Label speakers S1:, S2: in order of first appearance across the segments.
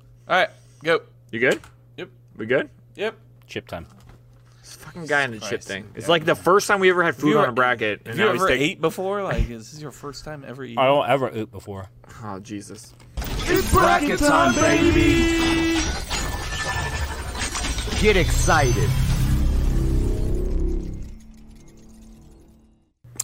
S1: All right, go.
S2: You good?
S1: Yep.
S2: We good?
S1: Yep.
S3: Chip time.
S2: This fucking guy in the chip
S1: Christ.
S2: thing. It's
S1: Yeah.
S2: like the first time we ever had food
S1: you
S2: on
S1: ever-
S2: a bracket.
S1: Have
S2: and
S1: you
S2: now he's
S1: ever
S2: taking-
S1: ate before? Like, is this your first time ever eating?
S3: I don't ever eat before.
S2: Oh Jesus!
S4: Bracket time, baby! Get excited.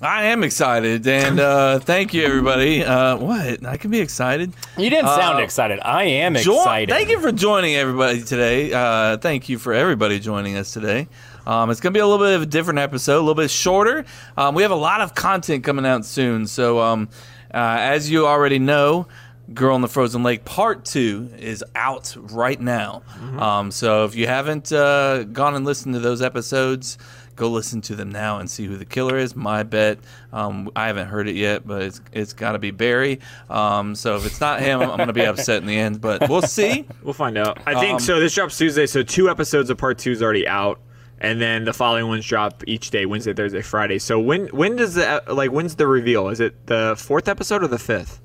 S1: I am excited, and uh, thank you, everybody. Uh, what? I can be excited.
S3: You didn't sound
S1: Uh,
S3: excited. I am
S1: Join-
S3: excited.
S1: Thank you for joining everybody today. Uh, thank you for everybody joining us today. Um, it's going to be a little bit of a different episode, a little bit shorter. Um, we have a lot of content coming out soon. So, um, uh, as you already know, Girl in the Frozen Lake Part 2 is out right now. Um, so, if you haven't uh, gone and listened to those episodes, go listen to them now and see who the killer is. My bet, um, I haven't heard it yet, but it's it's got to be Barry. Um, so if it's not him, I'm gonna be upset in the end. But we'll see.
S2: We'll find out. I
S3: Um,
S2: think so. This drops Tuesday, so two episodes of part two is already out, and then the following ones drop each day: Wednesday, Thursday, Friday. So when when does the uh, like when's the reveal? Is it the fourth episode or the fifth?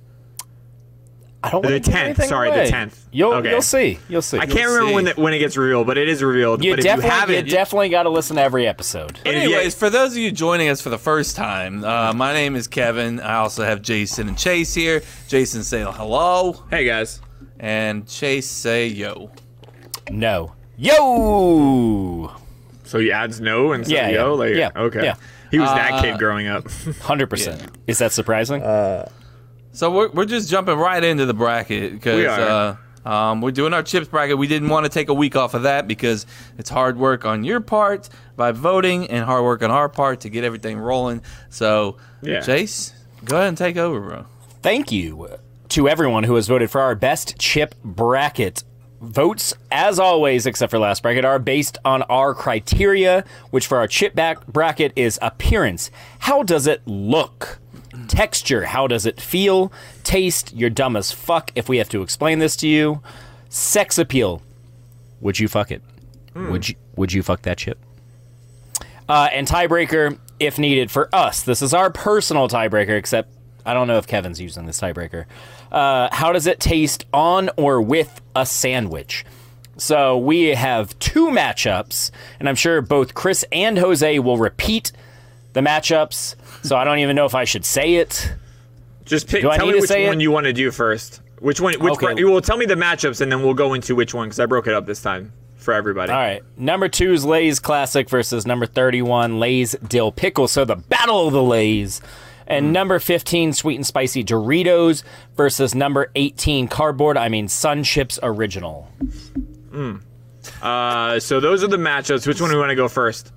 S3: I don't
S2: The
S3: wanna give
S2: 10th,
S3: anything
S2: sorry, the
S3: away.
S2: 10th.
S3: You'll
S2: Okay.
S3: you'll see. You'll see.
S2: I can't remember when
S1: see.
S2: the, when it gets revealed, but it is revealed.
S3: You
S2: but if
S3: definitely,
S2: you haven't,
S3: you definitely got to listen to every episode.
S2: and if you-
S1: Anyways, for those of you joining us for the first time, uh, my name is Kevin. I also have Jason and Chase here. Jason say hello,
S2: hey guys,
S1: and Chase say yo.
S3: No. Yo.
S2: so he adds no and so
S3: Yeah,
S2: yo,
S3: yeah,
S2: like
S3: yeah,
S2: okay,
S3: yeah. Uh,
S2: he was that kid growing up.
S3: Hundred percent. Is that surprising?
S1: So we're, we're just jumping right into the bracket because
S2: We are.
S1: uh, um, we're doing our chips bracket. We didn't want to take a week off of that because it's hard work on your part by voting and hard work on our part to get everything rolling. So,
S2: Yeah.
S1: Chase, go ahead and take over, bro.
S3: Thank you to everyone who has voted for our best chip bracket. Votes, as always, except for last bracket, are based on our criteria, which for our chip back bracket is appearance. How does it look? Texture, how does it feel? Taste, you're dumb as fuck if we have to explain this to you. Sex appeal, would you fuck it? Would you would you fuck that chip? Uh, and tiebreaker, if needed, for us. This is our personal tiebreaker, except I don't know if Kevin's using this tiebreaker. Uh, how does it taste on or with a sandwich? So we have two matchups, and I'm sure both Chris and Jose will repeat the matchups. So I don't even know if I should say it.
S2: Just pick.
S3: Do I
S2: tell
S3: need
S2: me
S3: to
S2: which
S3: say
S2: one
S3: it?
S2: you want to do first. Which one? Which
S3: Okay.
S2: okay. Well, tell me the matchups, and then we'll go into which one because I broke it up this time for everybody.
S3: All right. Number two is Lay's Classic versus number 31, Lay's Dill Pickle. So the battle of the Lay's. And number 15, Sweet and Spicy Doritos versus number 18, Cardboard, I mean, Sun Chips Original.
S2: Uh, so those are the matchups. Which one do we want to go first?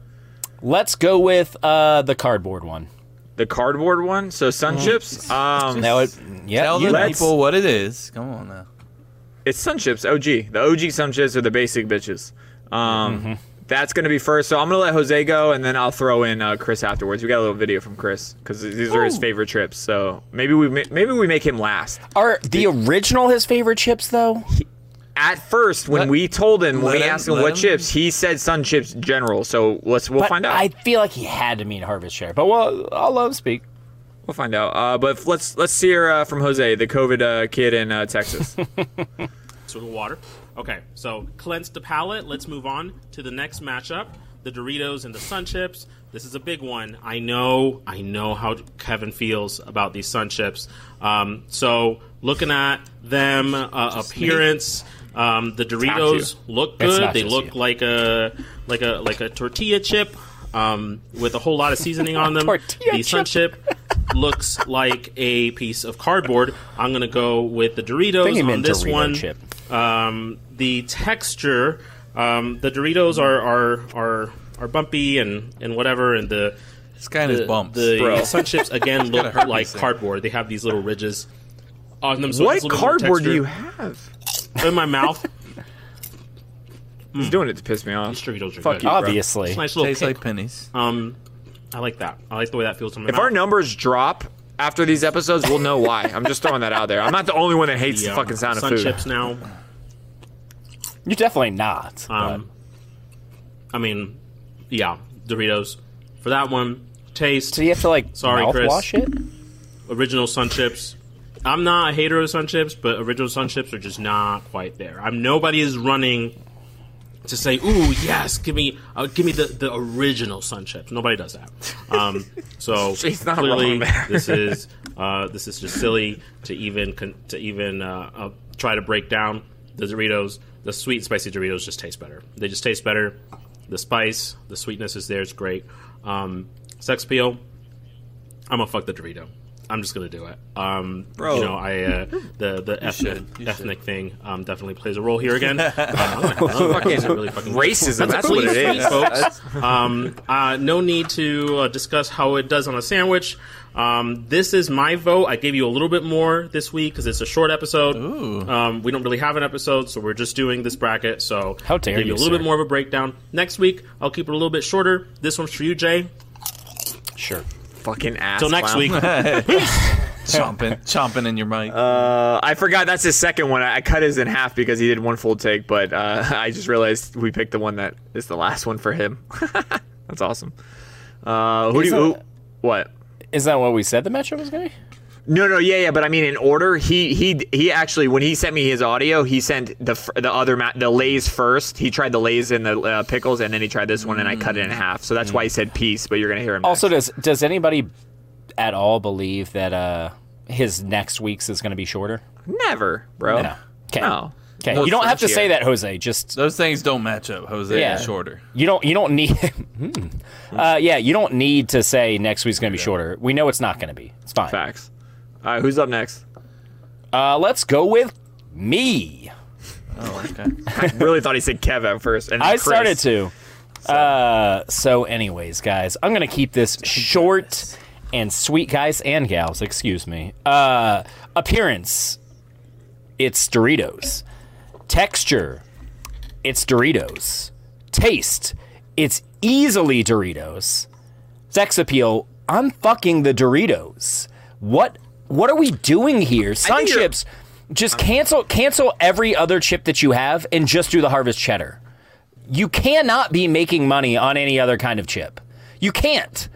S3: Let's go with uh, the cardboard one.
S2: The cardboard one. So sun chips. Um,
S3: That would, yeah,
S1: Tell
S3: you,
S1: the
S2: let's-
S1: people what it is. Come on now.
S2: it's sun chips. OG. The OG sun chips are the basic bitches. Um,
S3: Mm-hmm.
S2: That's gonna be first. So I'm gonna let Jose go, and then I'll throw in uh, Chris afterwards. We got a little video from Chris because these are his favorite trips. So maybe we ma- maybe we make him last.
S3: are the original his favorite chips, though?
S2: At first, when
S1: Let-
S2: we told him, when
S1: let
S2: we
S1: him-
S2: asked him
S1: let
S2: what
S1: him-
S2: chips, he said sun chips general. So let's we'll
S3: But
S2: find out.
S3: I feel like he had to mean Harvest Share. But well, I'll let him speak.
S2: We'll find out. Uh, but f- let's let's hear uh, from Jose, the COVID uh, kid in uh, Texas.
S5: sort of water. Okay, so cleanse the palate. Let's move on to the next matchup: the Doritos and the Sun Chips. This is a big one. I know, I know how Kevin feels about these Sun Chips. Um, so looking at them uh, appearance, um, the Doritos look
S3: It's
S5: good.
S3: not
S5: They
S3: just
S5: look
S3: you.
S5: like a like a like a tortilla chip um, with a whole lot of seasoning on them.
S3: Tortilla
S5: the Sun Chip. Looks like a piece of cardboard. I'm gonna go with the Doritos
S3: think he
S5: on
S3: meant
S5: this
S3: Dorito
S5: one.
S3: chip.
S5: Um, the texture, um, the Doritos are are are are bumpy and and whatever, and the
S1: This guy and his bumps.
S5: the
S2: Bro.
S5: sun chips again look
S1: herpes
S5: like
S1: thing.
S5: cardboard. They have these little ridges on them. So
S2: what
S5: it's a little bit more
S2: cardboard do you
S5: texture. Oh,
S2: have?
S5: in my mouth?
S2: He's doing it to piss me off.
S5: These Doritos are
S2: Fuck
S5: good.
S2: you.
S3: Obviously.
S5: It's a nice little
S1: Tastes
S5: kick.
S1: like pennies.
S5: um, I like that. I like the way that feels in my
S2: If
S5: mouth.
S2: our numbers drop after these episodes, we'll know why. I'm just throwing that out there. I'm not the only one that hates
S5: Yeah,
S2: the fucking sound of
S5: um, sun
S2: food.
S5: chips now.
S3: You're definitely not. but-
S5: Um, I mean, yeah, Doritos for that one. Taste
S3: So you have to like
S5: Sorry, Chris.
S3: mouthwash it?
S5: original sun chips. I'm not a hater of Sun Chips, but original Sun Chips are just not quite there. I'm nobody is running to say, "Ooh, yes, give me, uh, give me the, the original Sun Chips." Nobody does that. Um, so
S2: She's not
S5: clearly,
S2: wrong there.
S5: this is uh, this is just silly to even con- to even uh, uh, try to break down the Doritos. The sweet and spicy Doritos just taste better. They just taste better. The spice, the sweetness is there. It's great. Um, sex appeal. I'm gonna fuck the Dorito. I'm just gonna do it. Um,
S2: Bro.
S5: you know, I uh, the the ethnic,
S1: should. You
S5: ethnic thing um, definitely plays a role here again. Uh, I'm gonna- I'm gonna fucking- really fucking
S2: Racism. That's, what it
S5: Please,
S2: is.
S5: folks. um, uh, no need to uh, discuss how it does on a sandwich. Um, this is my vote. I gave you a little bit more this week because it's a short episode. Um, we don't really have an episode, so we're just doing this bracket. So
S3: How dare
S5: give
S3: you,
S5: a little
S3: sir.
S5: bit more of a breakdown next week. I'll keep it a little bit shorter. This one's for you, Jay.
S3: Sure.
S2: Fucking ass.
S5: Till next
S2: clown.
S5: week.
S1: chomping, chomping in your mic.
S2: Uh, I forgot that's his second one. I, I cut his in half because he did one full take, but uh, I just realized we picked the one that is the last one for him. that's awesome. Uh, who do
S3: He's
S2: you?
S3: a-
S2: Who, what?
S3: Is that what we said the matchup was going to be?
S2: No, no, yeah, yeah, but I mean, in order, he he he actually when he sent me his audio, he sent the f- the other ma- the lays first. He tried the lays and the uh, pickles, and then he tried this one, and I cut it in half. So that's why he said peace. But you're gonna hear him.
S3: Also, does does anybody at all believe that uh, his next week's is going to be shorter?
S2: next. never, bro.
S3: No.
S2: Oh.
S3: Okay.
S2: No.
S3: Okay.
S2: More
S3: You don't have to
S2: frontier.
S3: say that, Jose. Just
S1: Those things don't match up. Jose
S3: Yeah.
S1: is shorter.
S3: you don't you don't need. Hmm. uh, yeah, you don't need to say next week's going to be shorter. We know it's not going to be. It's fine.
S2: Facts. All right, who's up next?
S3: Uh, let's go with me.
S1: Oh, okay.
S2: really thought he said Kev at first. And then
S3: I
S2: Chris.
S3: started to. Uh, so, anyways, guys, I'm gonna keep this short and sweet, guys and gals. Excuse me. Uh, appearance, it's Doritos. Texture, it's Doritos. Taste, it's easily Doritos. Sex appeal, I'm fucking the Doritos. What? What are we doing here? Sun
S2: you're-
S3: chips. Just cancel cancel every other chip that you have and just do the harvest cheddar. You cannot be making money on any other kind of chip. You can't.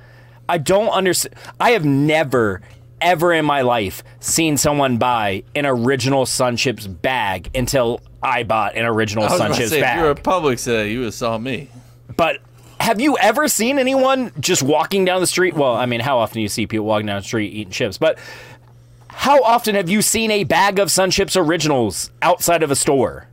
S3: I don't understand. I have never, ever in my life seen someone buy an original Sun Chips bag until I bought an original
S1: I was
S3: Sun
S1: gonna
S3: Chips
S1: say, if
S3: bag.
S1: you were a public today, you would have saw me.
S3: But have you ever seen anyone just walking down the street? Well, I mean, how often do you see people walking down the street eating chips? But how often have you seen a bag of Sun Chips Originals outside of a store?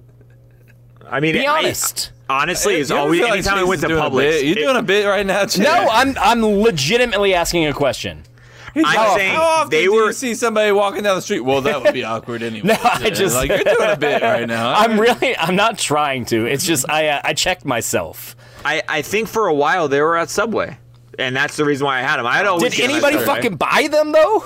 S2: I mean,
S3: Be
S2: I-
S3: honest.
S2: honestly, is
S1: You ever
S2: always
S1: feel like
S2: anytime I
S1: Jason's
S2: went to
S1: doing a
S2: Publix.
S1: bit? You
S2: it-
S1: doing a bit right now? Jay?
S3: No, I'm I'm legitimately asking a question.
S2: I'm
S3: How
S2: saying
S1: How often
S2: they
S1: do
S2: were.
S1: you see somebody walking down the street? Well, that would be awkward anyway.
S3: No, I
S1: Yeah,
S3: just-
S1: like you're doing a bit right now.
S3: I'm really I'm not trying to. It's just I uh, I checked myself.
S2: I, I think for a while they were at Subway, and that's the reason why I had them. I had always
S3: Did
S2: seen 'em at
S3: anybody
S2: Subway.
S3: fucking buy them though?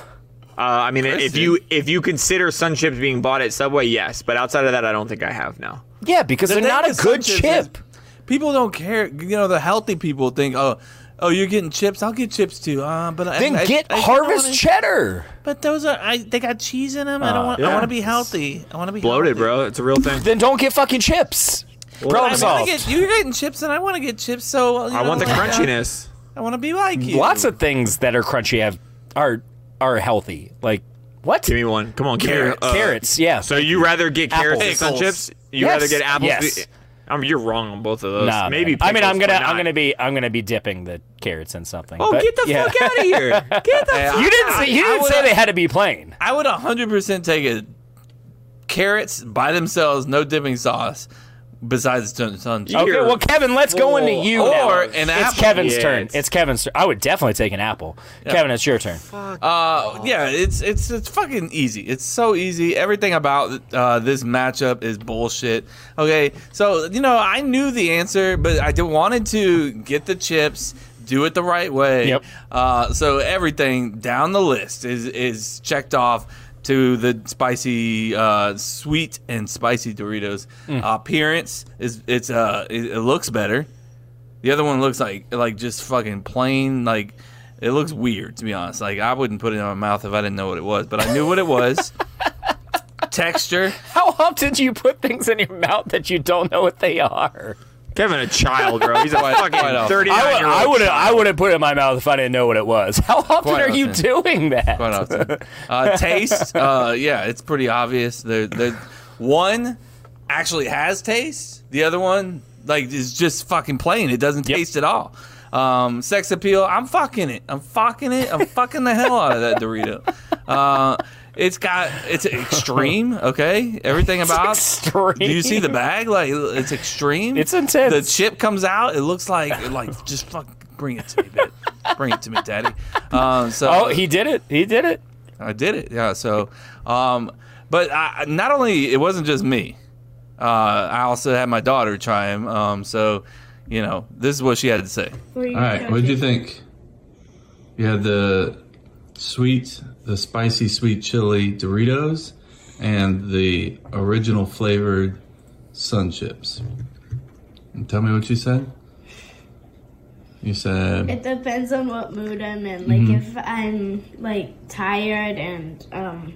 S2: Uh, I mean,
S1: Chris
S2: if
S1: did.
S2: you if you consider Sun Chips being bought at Subway, yes. But outside of that, I don't think I have now.
S3: Yeah, because
S1: The
S3: they're
S1: thing
S3: not a
S1: with
S3: good
S1: Sun Chips
S3: chip.
S1: is People don't care. You know, the healthy people think, oh, oh, you're getting chips. I'll get chips too. Uh, but I-
S3: Then
S1: I,
S3: get
S1: I,
S3: harvest
S1: chips.
S3: cheddar.
S1: But those are I, they got cheese in them. I don't want. I
S2: yeah.
S1: want to be healthy. I want to be
S2: Bloated,
S1: healthy.
S2: bro. It's a real thing.
S3: Then don't get fucking chips.
S2: I
S3: Problem
S2: mean,
S1: I want
S3: solved.
S1: to get. You're getting chips, and I want to get chips. So you
S2: I
S1: know,
S2: want the
S1: like, uh,
S2: crunchiness.
S1: I want to be like you.
S3: Lots of things that are crunchy have are are healthy. Like what?
S2: Give me one. Come on, give me,
S3: Carrot-
S2: uh,
S3: carrots. Yeah.
S2: So you rather get carrots than
S1: Apples.
S2: Sun Chips? You
S3: Yes.
S2: rather get apples?
S3: Yes.
S2: I mean, you're wrong on both of those.
S3: Nah,
S2: Maybe.
S3: man. I mean,
S2: pickles,
S3: I'm gonna
S2: but
S3: I'm
S2: not.
S3: gonna be I'm gonna be dipping the carrots in something.
S2: Oh,
S3: but-
S2: get the
S3: yeah.
S2: fuck out of here! Get the. fuck
S3: You didn't say you
S1: I- I
S3: didn't say
S1: would-
S3: they had to be plain.
S1: I would 100% take it. Carrots by themselves, no dipping sauce, besides sun, sun chips.
S3: Okay,
S2: Here.
S3: well, Kevin, let's go into you
S1: Or
S3: now.
S1: an
S3: it's
S1: apple.
S3: Kevin's
S2: Yeah,
S3: turn.
S2: it's-
S3: It's Kevin's turn. I would definitely take an apple. Kevin, it's your turn.
S1: Uh, yeah, it's it's it's fucking easy. It's so easy. Everything about uh, this matchup is bullshit. Okay, so you know I knew the answer, but I did, wanted to get the chips, do it the right way.
S3: Yep.
S1: Uh, so everything down the list is is checked off to the spicy, uh, sweet and spicy Doritos. appearance is it's uh it, it looks better. The other one looks like like just fucking plain like it looks weird to be honest. Like I wouldn't put it in my mouth if I didn't know what it was, but I knew what it was. Texture.
S3: How often do you put things in your mouth that you don't know what they are?
S2: Kevin, a child, bro. He's a
S1: Quite- quite
S2: fucking
S1: often.
S2: thirty nine year old.
S3: I would have I would have put it in my mouth if I didn't know what it was. How often
S1: Quite
S3: are you
S1: often.
S3: doing that?
S1: quite often. Uh, taste, uh, yeah, it's pretty obvious. There, there, one actually has taste. The other one, like, is just fucking plain. It doesn't
S3: Yep.
S1: taste at all. Um, sex appeal. I'm fucking it. I'm fucking it. I'm fucking the hell out of that Dorito. Uh, it's got. It's extreme. Okay, everything about.
S3: extreme.
S1: Do you see the bag? Like it's extreme.
S3: It's intense.
S1: The chip comes out. It looks like it like just fuck. Bring it to me, bitch. Bring it to me, daddy. Um, so
S3: Oh, he did it. He did it.
S1: I did it. Yeah. So, um, but I, I- not only it wasn't just me. Uh, I also had my daughter try him. Um, so, you know, this is what she had to say.
S6: All
S7: All right, what'd you think? You had the sweet, the spicy sweet chili Doritos, and the original flavored Sun Chips. And tell me what you said. You said
S6: It depends on what mood I'm in. Like
S7: Mm-hmm.
S6: if I'm like tired and um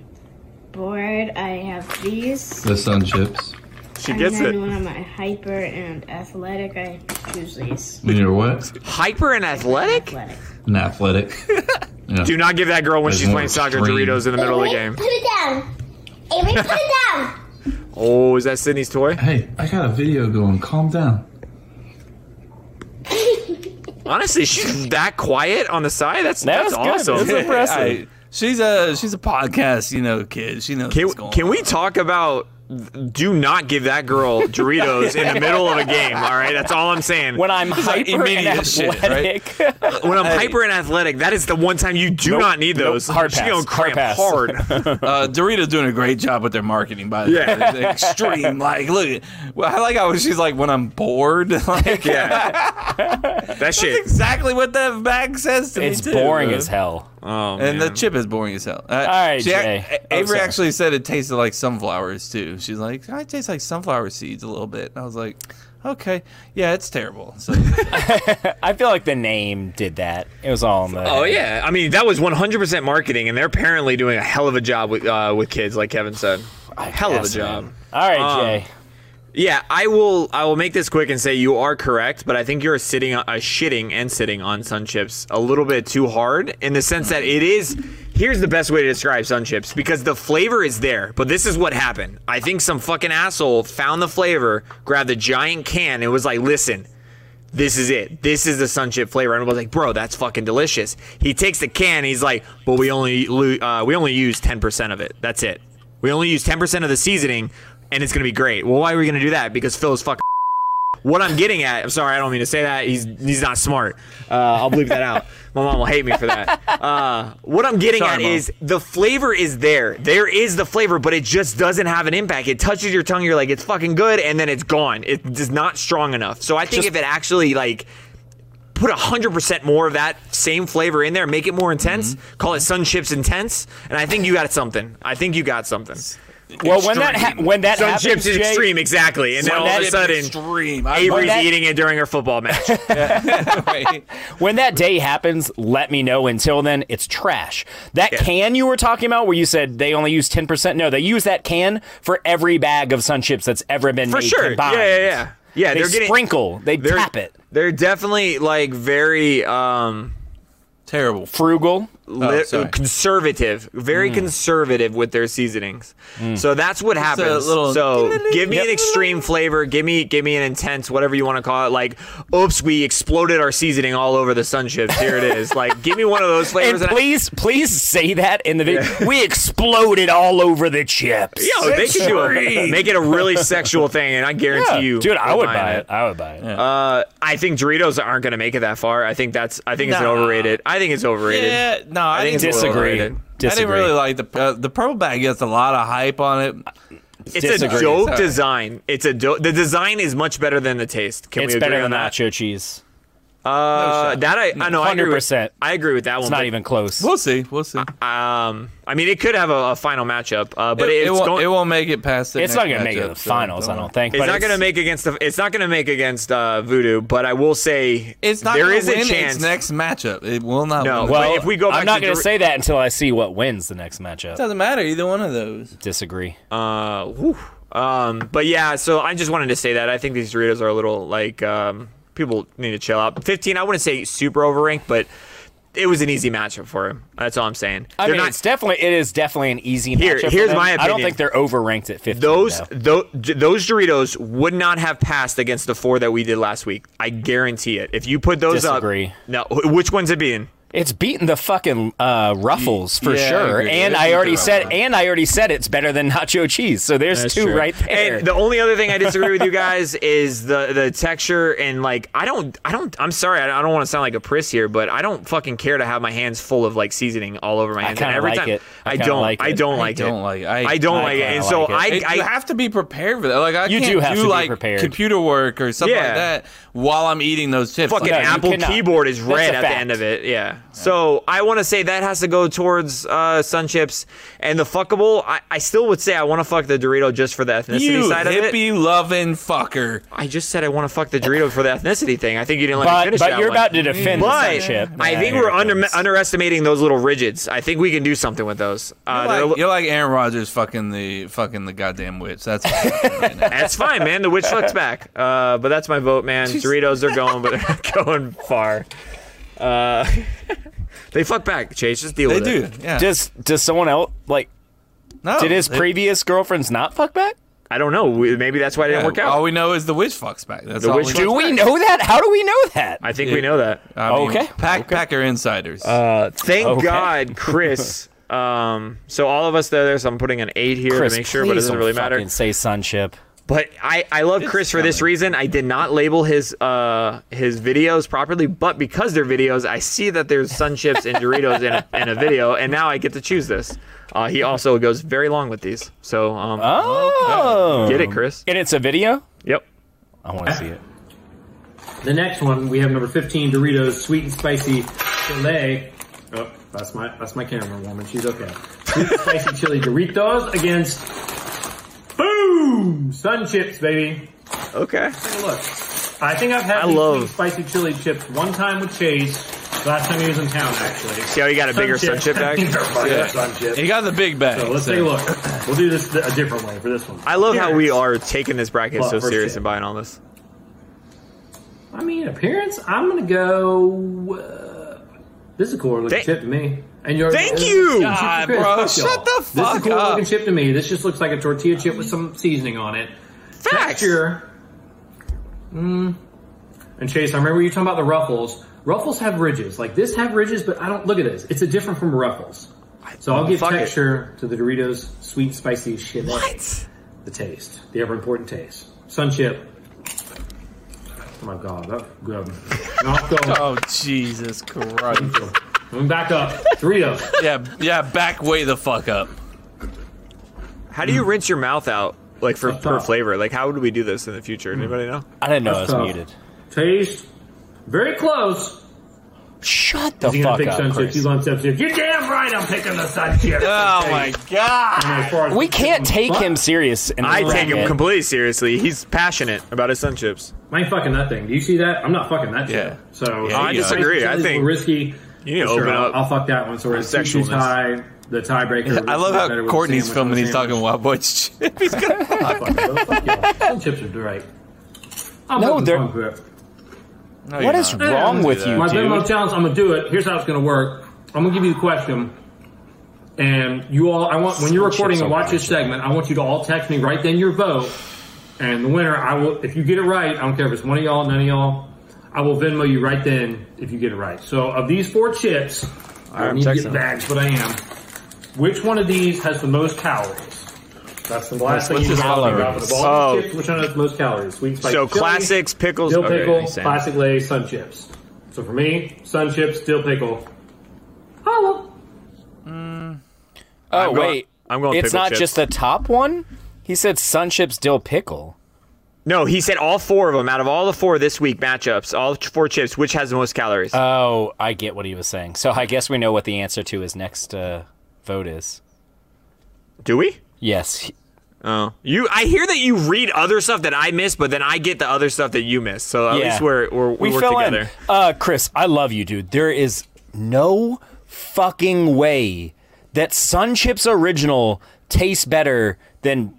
S6: bored, I have these.
S7: the Sun Chips.
S2: She
S6: and
S2: gets
S6: then
S2: it.
S6: when I'm uh, hyper and athletic, I choose these.
S7: When you're what?
S2: Hyper and athletic.
S6: Athletic.
S7: An athletic. Yeah.
S2: Do not give that girl when
S7: There's
S2: she's
S7: more
S2: playing soccer
S7: extreme.
S2: Doritos in the middle of the game.
S8: Put it down. Avery, put it down.
S2: Oh, is that Sydney's toy?
S7: Hey, I got a video going. Calm down.
S2: Honestly, she's that quiet on the side. That's
S3: That's
S2: that's,
S3: good.
S2: awesome.
S3: That's
S1: I-
S3: impressive.
S1: she's a she's a podcast, you know, kid. She knows
S2: Can,
S1: what's going
S2: can
S1: on.
S2: we talk about? Do not give that girl Doritos in the middle of a game. All right, that's all I'm saying.
S3: When I'm hyper and
S1: immediate shit, right?
S3: athletic,
S2: When I'm hyper and athletic, that is the one time you do
S3: Nope.
S2: not need
S3: Nope.
S2: those.
S3: Hard
S2: She's
S3: pass.
S2: gonna cramp
S3: Hard pass.
S2: hard.
S1: Uh, Dorito's doing a great job with their marketing, by the way.
S2: Yeah.
S1: They're extreme. Like, look, well, I like how she's like, when I'm bored, like,
S2: Yeah, that shit.
S1: exactly what that bag says to me.
S3: it's
S1: too.
S3: boring as hell.
S2: Oh, man.
S1: And the chip is boring as hell. Uh,
S3: right,
S1: she ac-
S3: Jay.
S1: A-
S3: I'm
S1: Avery
S3: sorry.
S1: actually said it tasted like sunflowers too. She's like, "Oh, it tastes like sunflower seeds a little bit. And I was like, okay, yeah, it's terrible. So
S3: I feel like the name did that. It was all in the.
S2: Oh yeah, I mean that was 100% marketing, and they're apparently doing a hell of a job with uh, with kids, like Kevin said. hell of a
S3: Yes,
S2: job.
S3: man. All right,
S2: Um,
S3: Jay.
S2: Yeah, I will. I will make this quick and say you are correct, but I think you're sitting, uh, shitting, and sitting on sun chips a little bit too hard in the sense that it is. Here's the best way to describe sun chips because the flavor is there, but this is what happened. I think some fucking asshole found the flavor, grabbed the giant can, and was like, "Listen, this is it. This is the sun chip flavor. And I was like, bro, that's fucking delicious. He takes the can. He's like, but we only lo- uh, we only use ten percent of it. That's it. We only use ten percent of the seasoning, and it's gonna be great. Well, why are we gonna do that? Because Phil is fucking. What I'm getting at, I'm sorry, I don't mean to say that. He's he's not smart. Uh, I'll bleep that out. My mom will hate me for that. Uh, what I'm getting
S1: Sorry,
S2: at
S1: Mom.
S2: is the flavor is there. There is the flavor, but it just doesn't have an impact. It touches your tongue. You're like, it's fucking good, and then it's gone. It is not strong enough. So I think if it actually like put 100% more of that same flavor in there, make it more intense,
S1: Mm-hmm.
S2: call it Sun Chips Intense, and I think you got something. I think you got something.
S3: Well, when that ha- when that
S2: Sun
S3: happens,
S2: Chips is
S3: Jay,
S2: extreme, exactly. And then all of a
S1: It's
S2: sudden,
S1: extreme. I
S2: Avery's
S3: that-
S2: eating it during her football match.
S1: like-
S3: When that day happens, let me know. Until then, it's trash. That can you were talking about, where you said they only use ten percent. No, they use that can for every bag of sun chips that's ever been
S2: For
S3: made
S2: sure. Yeah,
S3: combined.
S2: yeah, yeah. Yeah,
S3: They
S2: are getting
S3: sprinkle. They
S2: they're,
S3: tap it.
S2: They're definitely like very um
S1: terrible.
S3: Frugal.
S2: li-
S1: sorry.
S2: conservative,
S3: Mm.
S2: very conservative with their seasonings. So that's what happens.
S1: little-
S2: so give me an extreme flavor, give me give me an intense, whatever you want to call it. Like, oops, we exploded our seasoning all over the sun chips. Here it is. like, give me one of those
S3: And
S2: flavors. I-
S3: please, please say that in the video. We exploded all over the chips.
S2: Yo, they could do it. Make it a really sexual thing, and I guarantee
S3: Yeah.
S2: you,
S3: dude, I
S2: they're
S3: would
S2: buying
S3: buy it. I would buy it.
S2: Uh, I think Doritos aren't going to make it that far. I think that's. I think it's an
S1: Nah.
S2: overrated. I think it's overrated.
S1: Yeah, no, I,
S2: think
S1: didn't
S2: it's
S1: really-
S2: overrated.
S3: Disagree.
S2: overrated.
S1: I didn't
S3: Disagree.
S1: really like the uh, the purple bag gets a lot of hype on it.
S2: It's
S3: Disagree.
S2: a dope
S1: Sorry.
S2: design. It's a dope. The design is much better than the taste. Can
S3: It's
S2: we agree
S3: better
S2: on
S3: than
S2: that?
S3: nacho cheese.
S2: Uh,
S1: shot.
S2: that I, I know. I agree with-
S3: 100%.
S2: I agree with that one.
S3: It's not
S2: but,
S3: even close.
S1: We'll see. We'll see.
S2: Um, I mean, it could have a, a final matchup, uh, but
S1: it,
S2: it's
S1: won't,
S2: going.
S1: it won't make it past. The
S3: It's
S1: next
S3: not going to make
S1: matchup,
S3: it to the
S1: so
S3: finals, I don't think.
S2: it's
S3: but
S2: not going to make against the. It's not going to make against uh, Voodoo, but I will say
S1: It's not.
S2: there
S1: gonna
S2: is
S1: win
S2: a chance.
S1: Its next matchup, it will not.
S2: No.
S1: Win.
S2: Well,
S3: Well,
S2: if we go back
S3: I'm not
S2: to
S3: going
S2: Dor-
S3: to say that until I see what wins the next matchup.
S1: doesn't matter either one of those.
S3: Disagree.
S2: uh, whew. Um, but yeah, so I just wanted to say that I think these Doritos are a little like um, people need to chill out. Fifteen, I wouldn't say super overranked, but it was an easy matchup for him. That's all I'm saying.
S3: I
S2: They're
S3: mean,
S2: not
S3: it's definitely it is definitely an easy
S2: Here-
S3: matchup. for
S2: here's
S3: them.
S2: my
S3: I don't
S2: opinion.
S3: think they're overranked at 15.
S2: those
S3: though.
S2: tho- d- those Doritos would not have passed against the four that we did last week. I guarantee it. If you put those
S3: Disagree.
S2: up, no, wh- which one's it being?
S3: It's beating the fucking uh, Ruffles for
S1: Yeah, I
S3: sure,
S1: agree.
S3: and
S1: It
S3: I
S1: beat
S3: already
S1: the
S3: said,
S1: Ruffles.
S3: and I already said it's better than nacho cheese. So there's
S2: That's
S3: two
S2: true.
S3: right there.
S2: And the only other thing I disagree with you guys is the the texture and like I don't I don't I'm sorry I, I don't want to sound like a priss here, but I don't fucking care to have my hands full of like seasoning all over my hands. And
S3: kinda
S2: every
S3: like
S2: time
S3: it. I
S2: I,
S3: kinda
S2: don't
S3: like
S2: I
S3: it.
S2: don't
S1: I
S2: like it.
S1: don't like- I-
S2: I don't
S3: I
S2: like it.
S3: kinda
S2: And so
S3: like
S2: I
S1: It-
S2: I
S1: you have to be prepared for that. Like I
S3: You
S1: can't
S3: do have to be
S1: like
S3: prepared.
S1: computer work or something
S2: Yeah.
S1: like that while I'm eating those chips.
S2: fucking
S1: Like,
S3: No, you
S2: Apple
S3: cannot.
S2: keyboard is
S3: That's
S2: red
S3: a
S2: at the
S3: fact.
S2: end of it. Yeah. So I want to say that has to go towards uh, Sun Chips and the fuckable. I, I still would say I want to fuck the Dorito just for the ethnicity
S1: you
S2: side of it.
S1: hippie loving fucker.
S2: I just said I want to fuck the Dorito for the ethnicity thing. I think you didn't let me
S3: but
S2: finish
S3: but
S2: that
S3: you're
S2: one.
S3: about to defend
S2: But
S3: the sun chip.
S2: I think we're under, underestimating those little ridges. I think we can do something with those. Uh,
S1: You're
S2: they're
S1: like,
S2: li-
S1: you're like Aaron Rodgers fucking the fucking the goddamn witch. That's what I'm saying right now.
S2: that's fine, man. The witch fucks back. Uh, but that's my vote, man. Doritos, they're going, but they're not going far. Uh, they fuck back, Chase. Just deal
S1: they
S2: with it.
S1: do. Yeah.
S3: Does does someone else like?
S1: no,
S3: Did his
S1: they-
S3: previous girlfriends not fuck back?
S2: I don't know. We- Maybe that's why it
S1: yeah,
S2: didn't work out.
S3: Oh,
S1: All we know is the witch fucks back. That's
S2: The
S1: all
S2: witch
S1: we
S2: fucks
S3: Do we know that? How do we know that?
S2: I think we know that.
S1: I mean,
S3: Okay.
S1: Pack Packer insiders.
S2: Uh, thank
S3: Oh, Okay.
S2: God, Chris. Um, so all of us there, so I'm putting an eight here
S3: Chris,
S2: to make sure, but it
S3: please
S2: doesn't
S3: don't
S2: really matter.
S3: fucking Say sun chip.
S2: But I, I love Chris for this
S1: coming.
S2: reason. I did not label his uh his videos properly, but because they're videos, I see that there's sun chips and Doritos in, a, in a video, and now I get to choose this. Uh, he also goes very long with these, so um,
S3: Oh,
S2: get it, Chris.
S3: And it's a video.
S2: Yep.
S3: I want to see it.
S9: The next one we have number fifteen Doritos sweet and spicy chile. Oh, that's my that's my camera woman. She's okay. Sweet and spicy chili Doritos against boom sun chips, baby.
S2: Okay.
S9: Take a look. I think I've had
S2: I
S9: these
S2: love-
S9: sweet and spicy chili chips one time with Chase. Last time he was in town, actually.
S2: See how you got a bigger sun
S9: chips.
S2: chip bag?
S9: These are fucking
S1: Yeah.
S9: sun chips.
S1: he got the big bag.
S9: So let's
S1: so-
S9: take a look. We'll do this th- a different way for this one.
S2: I love how we
S9: Appearance.
S2: are taking this bracket
S9: Well,
S2: so
S9: first
S2: serious
S9: chip.
S2: and buying all this.
S9: I mean, appearance. I'm gonna go. Uh, this is a cool looking
S2: Thank-
S9: chip to me. And you're
S2: Thank you!
S1: God,
S9: Chris,
S1: bro,
S9: fuck y'all.
S1: shut the
S9: This is a
S1: fuck
S9: cool
S1: up.
S9: looking chip to me. This just looks like a tortilla chip with some seasoning on it.
S2: Facts.
S9: Texture. Mm. And Chase, I remember you talking about the ruffles. Ruffles have ridges. Like this have ridges, but I don't look at this. It's a different from ruffles. So I'll give
S2: Fuck it.
S9: texture to the Doritos sweet spicy shit. The taste. The ever important taste. Sun chip. Oh my god, that's good. Now I'll go.
S1: Oh Jesus Christ!
S9: Moving back up. Doritos.
S1: yeah, yeah. Back way the fuck up.
S2: How
S9: Mm.
S2: do you rinse your mouth out like for
S9: That's
S2: per
S9: tough.
S2: flavor? Like how would we do this in the future?
S9: Mm.
S2: Anybody know?
S3: I didn't know I was
S9: That's tough.
S3: muted.
S9: Taste. Very close.
S3: Shut the
S9: He's gonna
S3: fuck
S9: pick sun
S3: up,
S9: chips. He's
S3: Chris.
S9: on sun chips. You're damn right I'm picking the sun chips.
S1: Oh my God!
S9: Ah. As far as-
S3: We can't take
S9: Fuck.
S3: him serious. In
S2: I
S3: this
S2: take him
S3: bracket.
S2: completely seriously. He's passionate about his sun chips.
S9: I ain't fucking that thing. Do you see that? I'm not fucking that shit.
S1: Yeah.
S9: So uh,
S1: Yeah, I you got it.
S2: disagree. I
S9: It's a
S2: think-
S9: little risky.
S2: You need to
S9: Sure,
S2: open
S9: I'll,
S2: up.
S9: I'll fuck that one. So we're two two
S2: sexualness.
S9: tie. The tiebreaker.
S1: I love
S9: Better
S1: how
S9: with
S1: Courtney's
S9: sandwich
S1: filming.
S9: on
S1: He's
S9: sandwich.
S1: talking wild boy shit. He's gonna fuck.
S9: Fuck those. Fuck y'all. Some chips are right. I'm
S3: No,
S9: putting
S3: they're-
S9: some grip.
S1: No,
S3: What
S1: you're
S3: is
S1: not.
S3: wrong
S1: do
S3: with
S1: that.
S3: you,
S9: My
S3: dude?
S9: Venmo challenge. I'm gonna do it. Here's how it's gonna work. I'm gonna give you the question, and you all. I want when you're recording and watch this segment. I want you to all text me right then your vote, and the winner. I will. If you get it right, I don't care if it's one of y'all, none of y'all. I will Venmo you right then if you get it right. So of these four chips, I don't
S2: I'm
S9: need to
S2: texting.
S9: get bags, but I am. Which one of these has the most calories? That's the last thing you
S1: just
S9: gotta think about.
S1: calories.
S9: Of all
S2: Oh.
S9: these chips, which one has the most calories? Sweet, spicy,
S2: So
S9: chili,
S2: classics, pickles,
S9: dill
S2: okay,
S9: pickle,
S2: same.
S9: classic lay, sun chips. So for me, sun chips, dill pickle. Holla.
S3: Oh
S2: I'm going-
S3: wait,
S2: I'm going
S3: It's
S2: pickle
S3: not
S2: chips.
S3: just the top one. He said sun chips dill pickle.
S2: No, he said all four of them out of all the four this week matchups, all ch- four chips, which has the most calories?
S3: Oh, I get what he was saying. So I guess we know what the answer to his next uh, vote is.
S2: Do we?
S3: Yes,
S2: Oh, you. I hear that you read other stuff that I miss, but then I get the other stuff that you miss. So at
S3: Yeah.
S2: least we're, we're we, work
S3: fell
S2: together.
S3: In. Uh, Chris, I love you, dude. There is no fucking way that Sun Chips Original tastes better than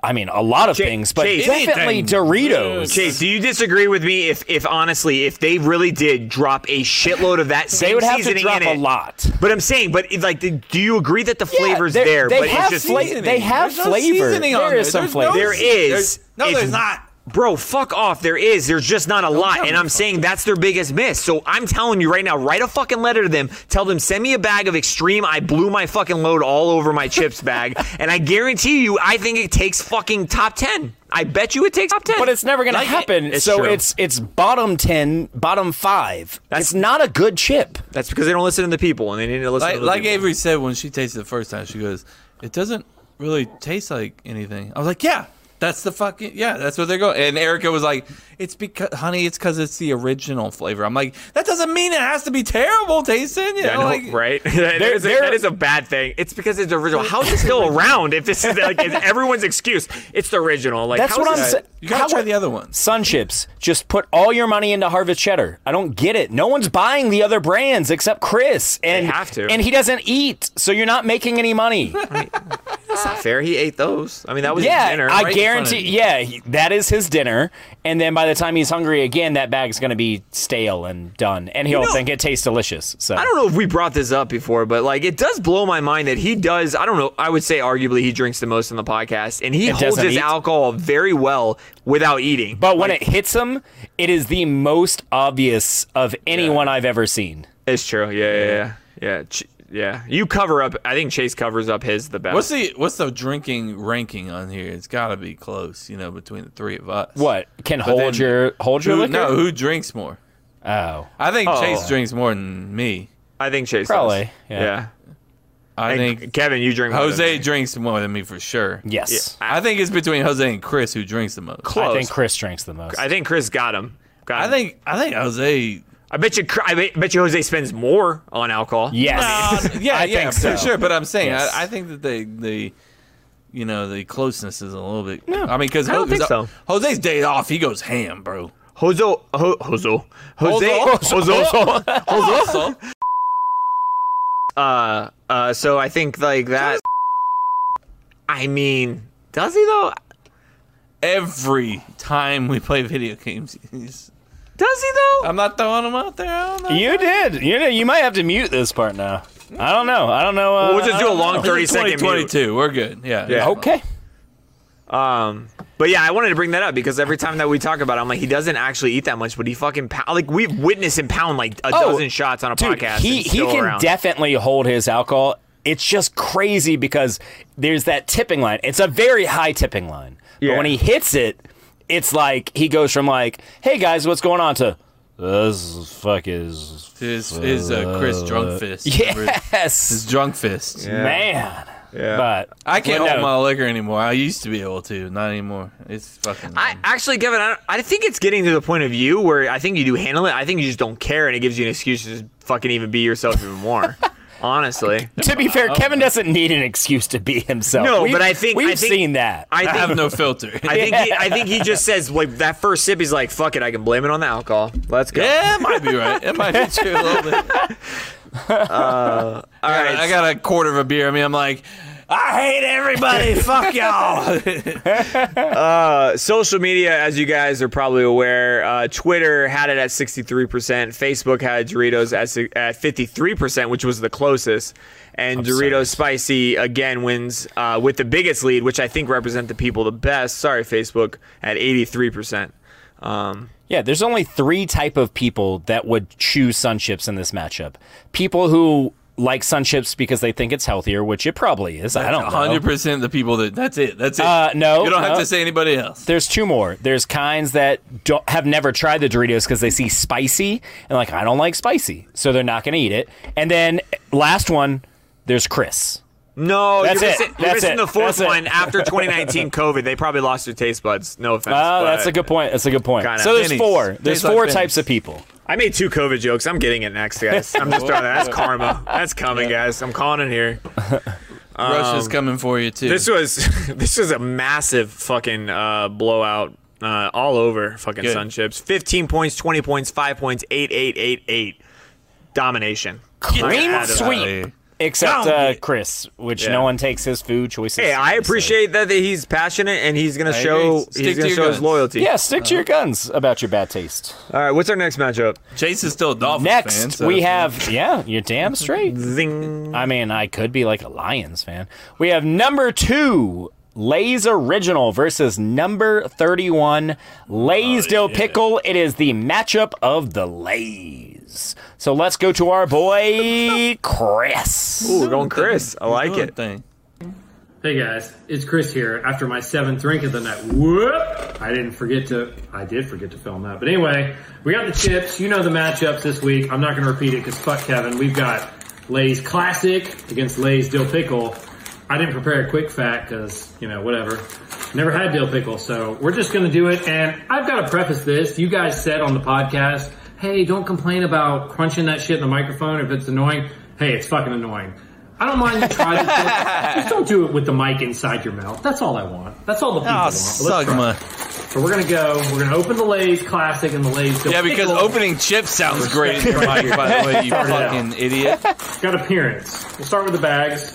S3: I mean, a lot of
S2: Chase-
S3: things, but
S2: Chase.
S3: definitely
S1: Anything.
S3: Doritos.
S2: Chase, do you disagree with me? If, if honestly, if they really did drop a shitload of that,
S3: They
S2: same
S3: would have to
S2: seasoning
S3: drop
S2: in
S3: a
S2: it,
S3: lot.
S2: But I'm saying, but it- like, do you agree that the flavor's
S3: they-
S2: there?
S3: they
S2: but
S3: have
S2: it's just
S3: fla-
S1: Seasoning.
S3: they have
S1: There's no
S3: flavor.
S1: seasoning on
S3: There is some
S1: There's
S3: flavor.
S1: no
S2: there
S1: seasoning.
S2: is.
S1: There's- no,
S2: If-
S1: there's not.
S2: Bro, fuck off. There is. There's just not a lot.
S1: tell
S2: And
S1: me
S2: I'm
S1: fuck
S2: saying that's their biggest miss. So I'm telling you right now, write a fucking letter to them. Tell them, send me a bag of extreme. I blew my fucking load all over my chips bag. And I guarantee you, I think it takes fucking top 10. I bet you it takes top 10.
S3: but it's never going
S2: Like,
S3: to happen.
S2: it's
S3: so
S2: true.
S3: it's it's bottom ten, bottom five.
S2: That's-
S3: it's not a good chip.
S2: That's because they don't listen to the people and they need to listen
S1: Like,
S2: to the
S1: like
S2: people.
S1: Avery said when she tasted it the first time, she goes, "It doesn't really taste like anything." I was like, "Yeah, that's the fucking yeah, that's what they're going." And Erica was like, "It's because, honey, it's because it's the original flavor." I'm like, "That doesn't mean it has to be terrible tasting." You
S2: Yeah, I
S1: know,
S2: know,
S1: like,
S2: right? That is a,
S3: there-
S2: that is a bad thing. It's because it's original. How is it still around if this is like is everyone's excuse? It's the original. Like
S3: That's
S2: how
S3: what
S2: is
S3: I'm
S2: it-
S3: saying.
S1: You gotta try the other ones.
S3: Sun chips. Just put all your money into Harvest Cheddar. I don't get it. No one's buying the other brands except Chris, and
S2: have to.
S3: and he doesn't eat, so you're not making any money.
S2: That's not fair. He ate those. I mean, that was his
S3: yeah,
S2: dinner.
S3: I
S2: right?
S3: guarantee. Yeah, he, that is his dinner, and then by the time he's hungry again, that bag's going to be stale and done, and he'll
S2: know-
S3: think it tastes delicious. So
S2: I don't know if we brought this up before, but like it does blow my mind that he does. I don't know. I would say arguably he drinks the most on the podcast, and he
S3: And
S2: holds
S3: doesn't
S2: his
S3: eat?
S2: alcohol very well without eating.
S3: But when it hits him, it is the most obvious of anyone I've ever seen.
S2: it's true. Yeah, yeah, yeah, yeah. Ch- yeah. You cover up. I think Chase covers up his the best.
S1: What's the what's the drinking ranking on here? It's gotta be close, you know, between the three of us.
S3: What can hold
S1: then-
S3: your hold your
S1: Who,
S3: liquor?
S1: no, who drinks more?
S3: Oh,
S1: I think
S2: Oh.
S1: Chase drinks more than me.
S2: I think Chase does.
S3: Probably, yeah.
S2: yeah.
S1: I
S2: And
S1: think
S2: Kevin, you drink more than
S1: Jose
S2: me.
S1: drinks more than me for sure.
S3: yes.
S1: I think it's between Jose and Chris who drinks the most.
S2: Close.
S3: I think Chris drinks the most.
S2: I think Chris got him. Got
S1: I
S2: him.
S1: think I think Jose.
S2: I bet you. Cr- I bet, bet you Jose spends more on alcohol.
S3: yes.
S1: yeah,
S3: I
S1: yeah,
S3: think so.
S1: for sure. But I'm saying
S3: Yes.
S1: I, I think that they the you know the closeness is a little bit. No, I mean because
S2: I don't think so.
S1: Jose's day off, he goes ham, bro.
S2: Jose, ho, Jose, Jose,
S1: Jose.
S2: Jose, Jose. Uh, uh. So I think like that. I mean, does he though?
S1: Every time we play video games, he's-
S2: Does he though?
S3: Um,
S1: I'm not throwing him out there. I don't know.
S3: You did. You know, you might have to mute this part now. I don't know. I don't know. Uh,
S2: we'll just
S3: I
S2: do a
S3: don't
S2: long
S3: know.
S2: thirty second mute.
S1: 2022, we're good. Yeah,
S2: Yeah.
S3: Okay.
S2: Um, but yeah, I wanted to bring that up because every time that we talk about, it, I'm like, he doesn't actually eat that much, but he fucking pound like we witness him pound like a
S3: Oh,
S2: dozen shots on a
S3: Dude,
S2: podcast. and
S3: he he
S2: still
S3: can
S2: around.
S3: definitely hold his alcohol. It's just crazy because there's that tipping line. It's a very high tipping line.
S2: Yeah.
S3: But when he hits it, it's like he goes from like, "Hey guys, what's going on?" to "This is fuck is
S1: Is is uh, Chris drunk fist?
S3: yes,
S1: His drunk fist.
S3: man."
S2: Yeah.
S3: But
S1: I can't
S3: Well,
S1: hold
S3: no.
S1: my liquor anymore. I used to be able to, not anymore. It's fucking.
S2: I actually, Kevin, I, don't- I think it's getting to the point of you where I think you do handle it. I think you just don't care, and it gives you an excuse to just fucking even be yourself even more. Honestly,
S3: to be fair, Kevin doesn't need an excuse to be himself.
S2: No,
S3: We've-
S2: but I think-
S3: we've
S2: I think-
S3: seen that.
S2: I
S1: I
S2: think
S1: have no filter.
S2: I think he, I think he just says like that first sip. He's like, "Fuck it, I can blame it on the alcohol. Let's go."
S1: yeah, it might be right. It might be true a little bit.
S2: All right,
S1: I got a quarter of a beer. I mean, I'm like, I hate everybody. Fuck y'all.
S2: Uh, social media, as you guys are probably aware, uh, Twitter had it at 63%. Facebook had Doritos at, si- at 53%, which was the closest. And Doritos Spicy again wins uh, with the biggest lead, which I think represent the people the best. Sorry, Facebook, at 83%. Um,
S3: Yeah, there's only three type of people that would choose sun chips in this matchup. People who like sun chips because they think it's healthier, which it probably is. I don't know.
S1: 100% the people that. That's it. That's it.
S3: Uh, no,
S1: You don't have
S3: no.
S1: to say anybody else.
S3: There's two more. There's kinds that don't, have never tried the Doritos because they see spicy and like I don't like spicy, so they're not going to eat it. And then last one, there's Chris.
S2: no,
S3: That's
S2: you're
S3: it.
S2: missing, you're
S3: That's
S2: missing
S3: it.
S2: the fourth
S3: That's it.
S2: one after 2019 COVID. They probably lost their taste buds. No offense.
S3: Oh, that's
S2: but-
S3: a good point. That's a good point.
S2: Kinda.
S3: So there's
S1: Pennies.
S3: four. There's
S1: Tastes like
S3: four
S1: pennies.
S3: types of people.
S2: I made two COVID jokes. I'm getting it next, guys. I'm just throwing that. That's karma. That's coming, guys. I'm calling it here.
S1: Russia's coming for you, too.
S2: Um, This was this was a massive fucking uh, blowout uh, all over fucking
S1: Good.
S2: Sun Chips. Fifteen points, twenty points, five points, eight, eight, eight, eight. Domination.
S3: Cream
S2: Adam.
S3: sweep.
S1: Golly.
S3: except
S1: Down
S3: uh,
S1: it.
S3: Chris, which
S2: Yeah.
S3: no one takes his food choices.
S2: Hey, I appreciate that, that he's passionate and he's gonna
S1: I
S2: show
S1: agree. Stick
S2: he's
S1: to
S2: gonna
S1: your
S2: show his
S1: guns.
S2: loyalty.
S3: Yeah, stick to your
S9: Uh-huh.
S3: guns about your bad taste.
S2: All right, what's our next matchup?
S1: Chase is still a Dolphins
S3: Next,
S1: fan, so
S3: we
S1: that's-
S3: have yeah, you're damn straight.
S2: Zing.
S3: I mean, I could be like a Lions fan. We have number two, Lay's Original versus number 31, Lay's
S9: Oh,
S3: Dill Pickle. It is the matchup of the Lay's. So let's go to our boy, Chris.
S2: Ooh, we're going Chris. I like
S1: Good
S2: it.
S1: Thing.
S9: Hey guys, it's Chris here. After my seventh drink of the night, whoop! I didn't forget to. I did forget to film that. But anyway, we got the chips. You know the matchups this week. I'm not going to repeat it because fuck Kevin. We've got Lay's Classic against Lay's Dill Pickle. I didn't prepare a quick fact because you know whatever. Never had dill pickle, so we're just going to do it. And I've got to preface this. You guys said on the podcast, "Hey, don't complain about crunching that shit in the microphone if it's annoying." Hey, it's fucking annoying. I don't mind you try this. Just- Just don't do it with the mic inside your mouth. That's all I want. That's all
S2: Ah,
S9: the people
S1: Oh,
S9: want. But
S1: suck
S9: let's try.
S1: my.
S9: So we're gonna go. We're gonna open the Lay's classic and the Lay's.
S1: Yeah, because opening chips sounds great in your mic, by the way, you
S9: Started out.
S1: fucking idiot.
S9: got appearance. We'll start with the bags.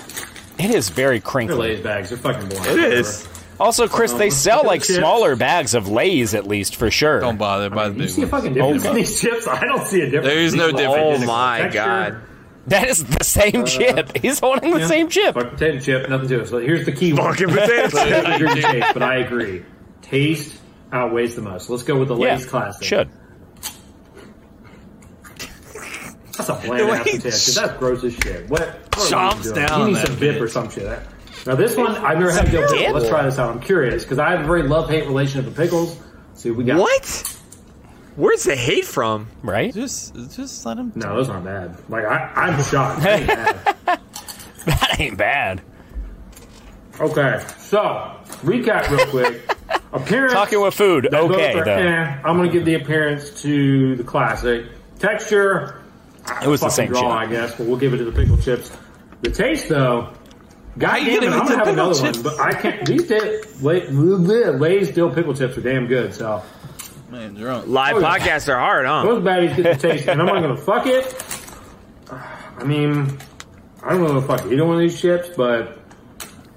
S3: It is very
S9: They're
S3: crinkly.
S9: Lay's bags. They're fucking boring.
S2: It is.
S3: Also, Chris, they
S9: Uh-huh.
S3: sell like smaller bags of Lay's, at least for sure.
S1: Don't bother by the
S9: You see a
S1: big one.
S9: fucking difference
S3: Oh,
S9: in these chips? I don't see a difference.
S1: There is no
S9: These are
S1: difference.
S9: all
S2: Oh
S1: Identical
S2: my
S9: texture.
S2: god.
S3: That is the same chip. He's holding the
S9: Uh, Yeah.
S3: same chip.
S9: Fuck potato chip. Nothing to it. So here's the key one.
S2: Fucking potato
S9: So
S2: chip.
S9: I agree with taste, but I agree. Taste outweighs the most. Let's go with the
S3: Yeah,
S9: Lay's classic.
S3: should.
S9: That's a bland ass potato chip. That's gross as shit. What? what are we
S1: Chomps
S9: doing?
S1: down
S9: You
S1: on
S9: need
S1: that
S9: some bip or some shit. Now this one, I've never had dill pickle. Let's try this out. I'm curious because I have a very love hate relationship with pickles. See, what we got
S2: What? Where's the hate from?
S3: Right?
S1: Just, just let him.
S9: No, those aren't bad. Like I, I'm shocked. They ain't bad.
S3: That ain't bad.
S9: okay, so recap real quick. Appearance.
S3: Talking with food.
S9: They both
S3: Okay,
S9: are
S3: though.
S9: eh. I'm gonna give the appearance to the classic texture.
S3: It was the
S9: fucking
S3: same
S9: draw,
S3: chip.
S9: I guess, but we'll give it to the pickle chips. The taste, though, God
S1: you
S9: damn it,
S1: gonna
S9: I'm
S1: mix the
S9: gonna have
S1: pickle
S9: another
S1: chips?
S9: one. But I can't. These day, Lay, Lay's dill pickle chips are damn good. So
S1: Man, drunk.
S2: Live
S9: Oh, yeah.
S2: podcasts are hard, huh?
S9: those baddies get the taste, and I'm not gonna fuck it. I mean, I don't really fuck either one of these chips, but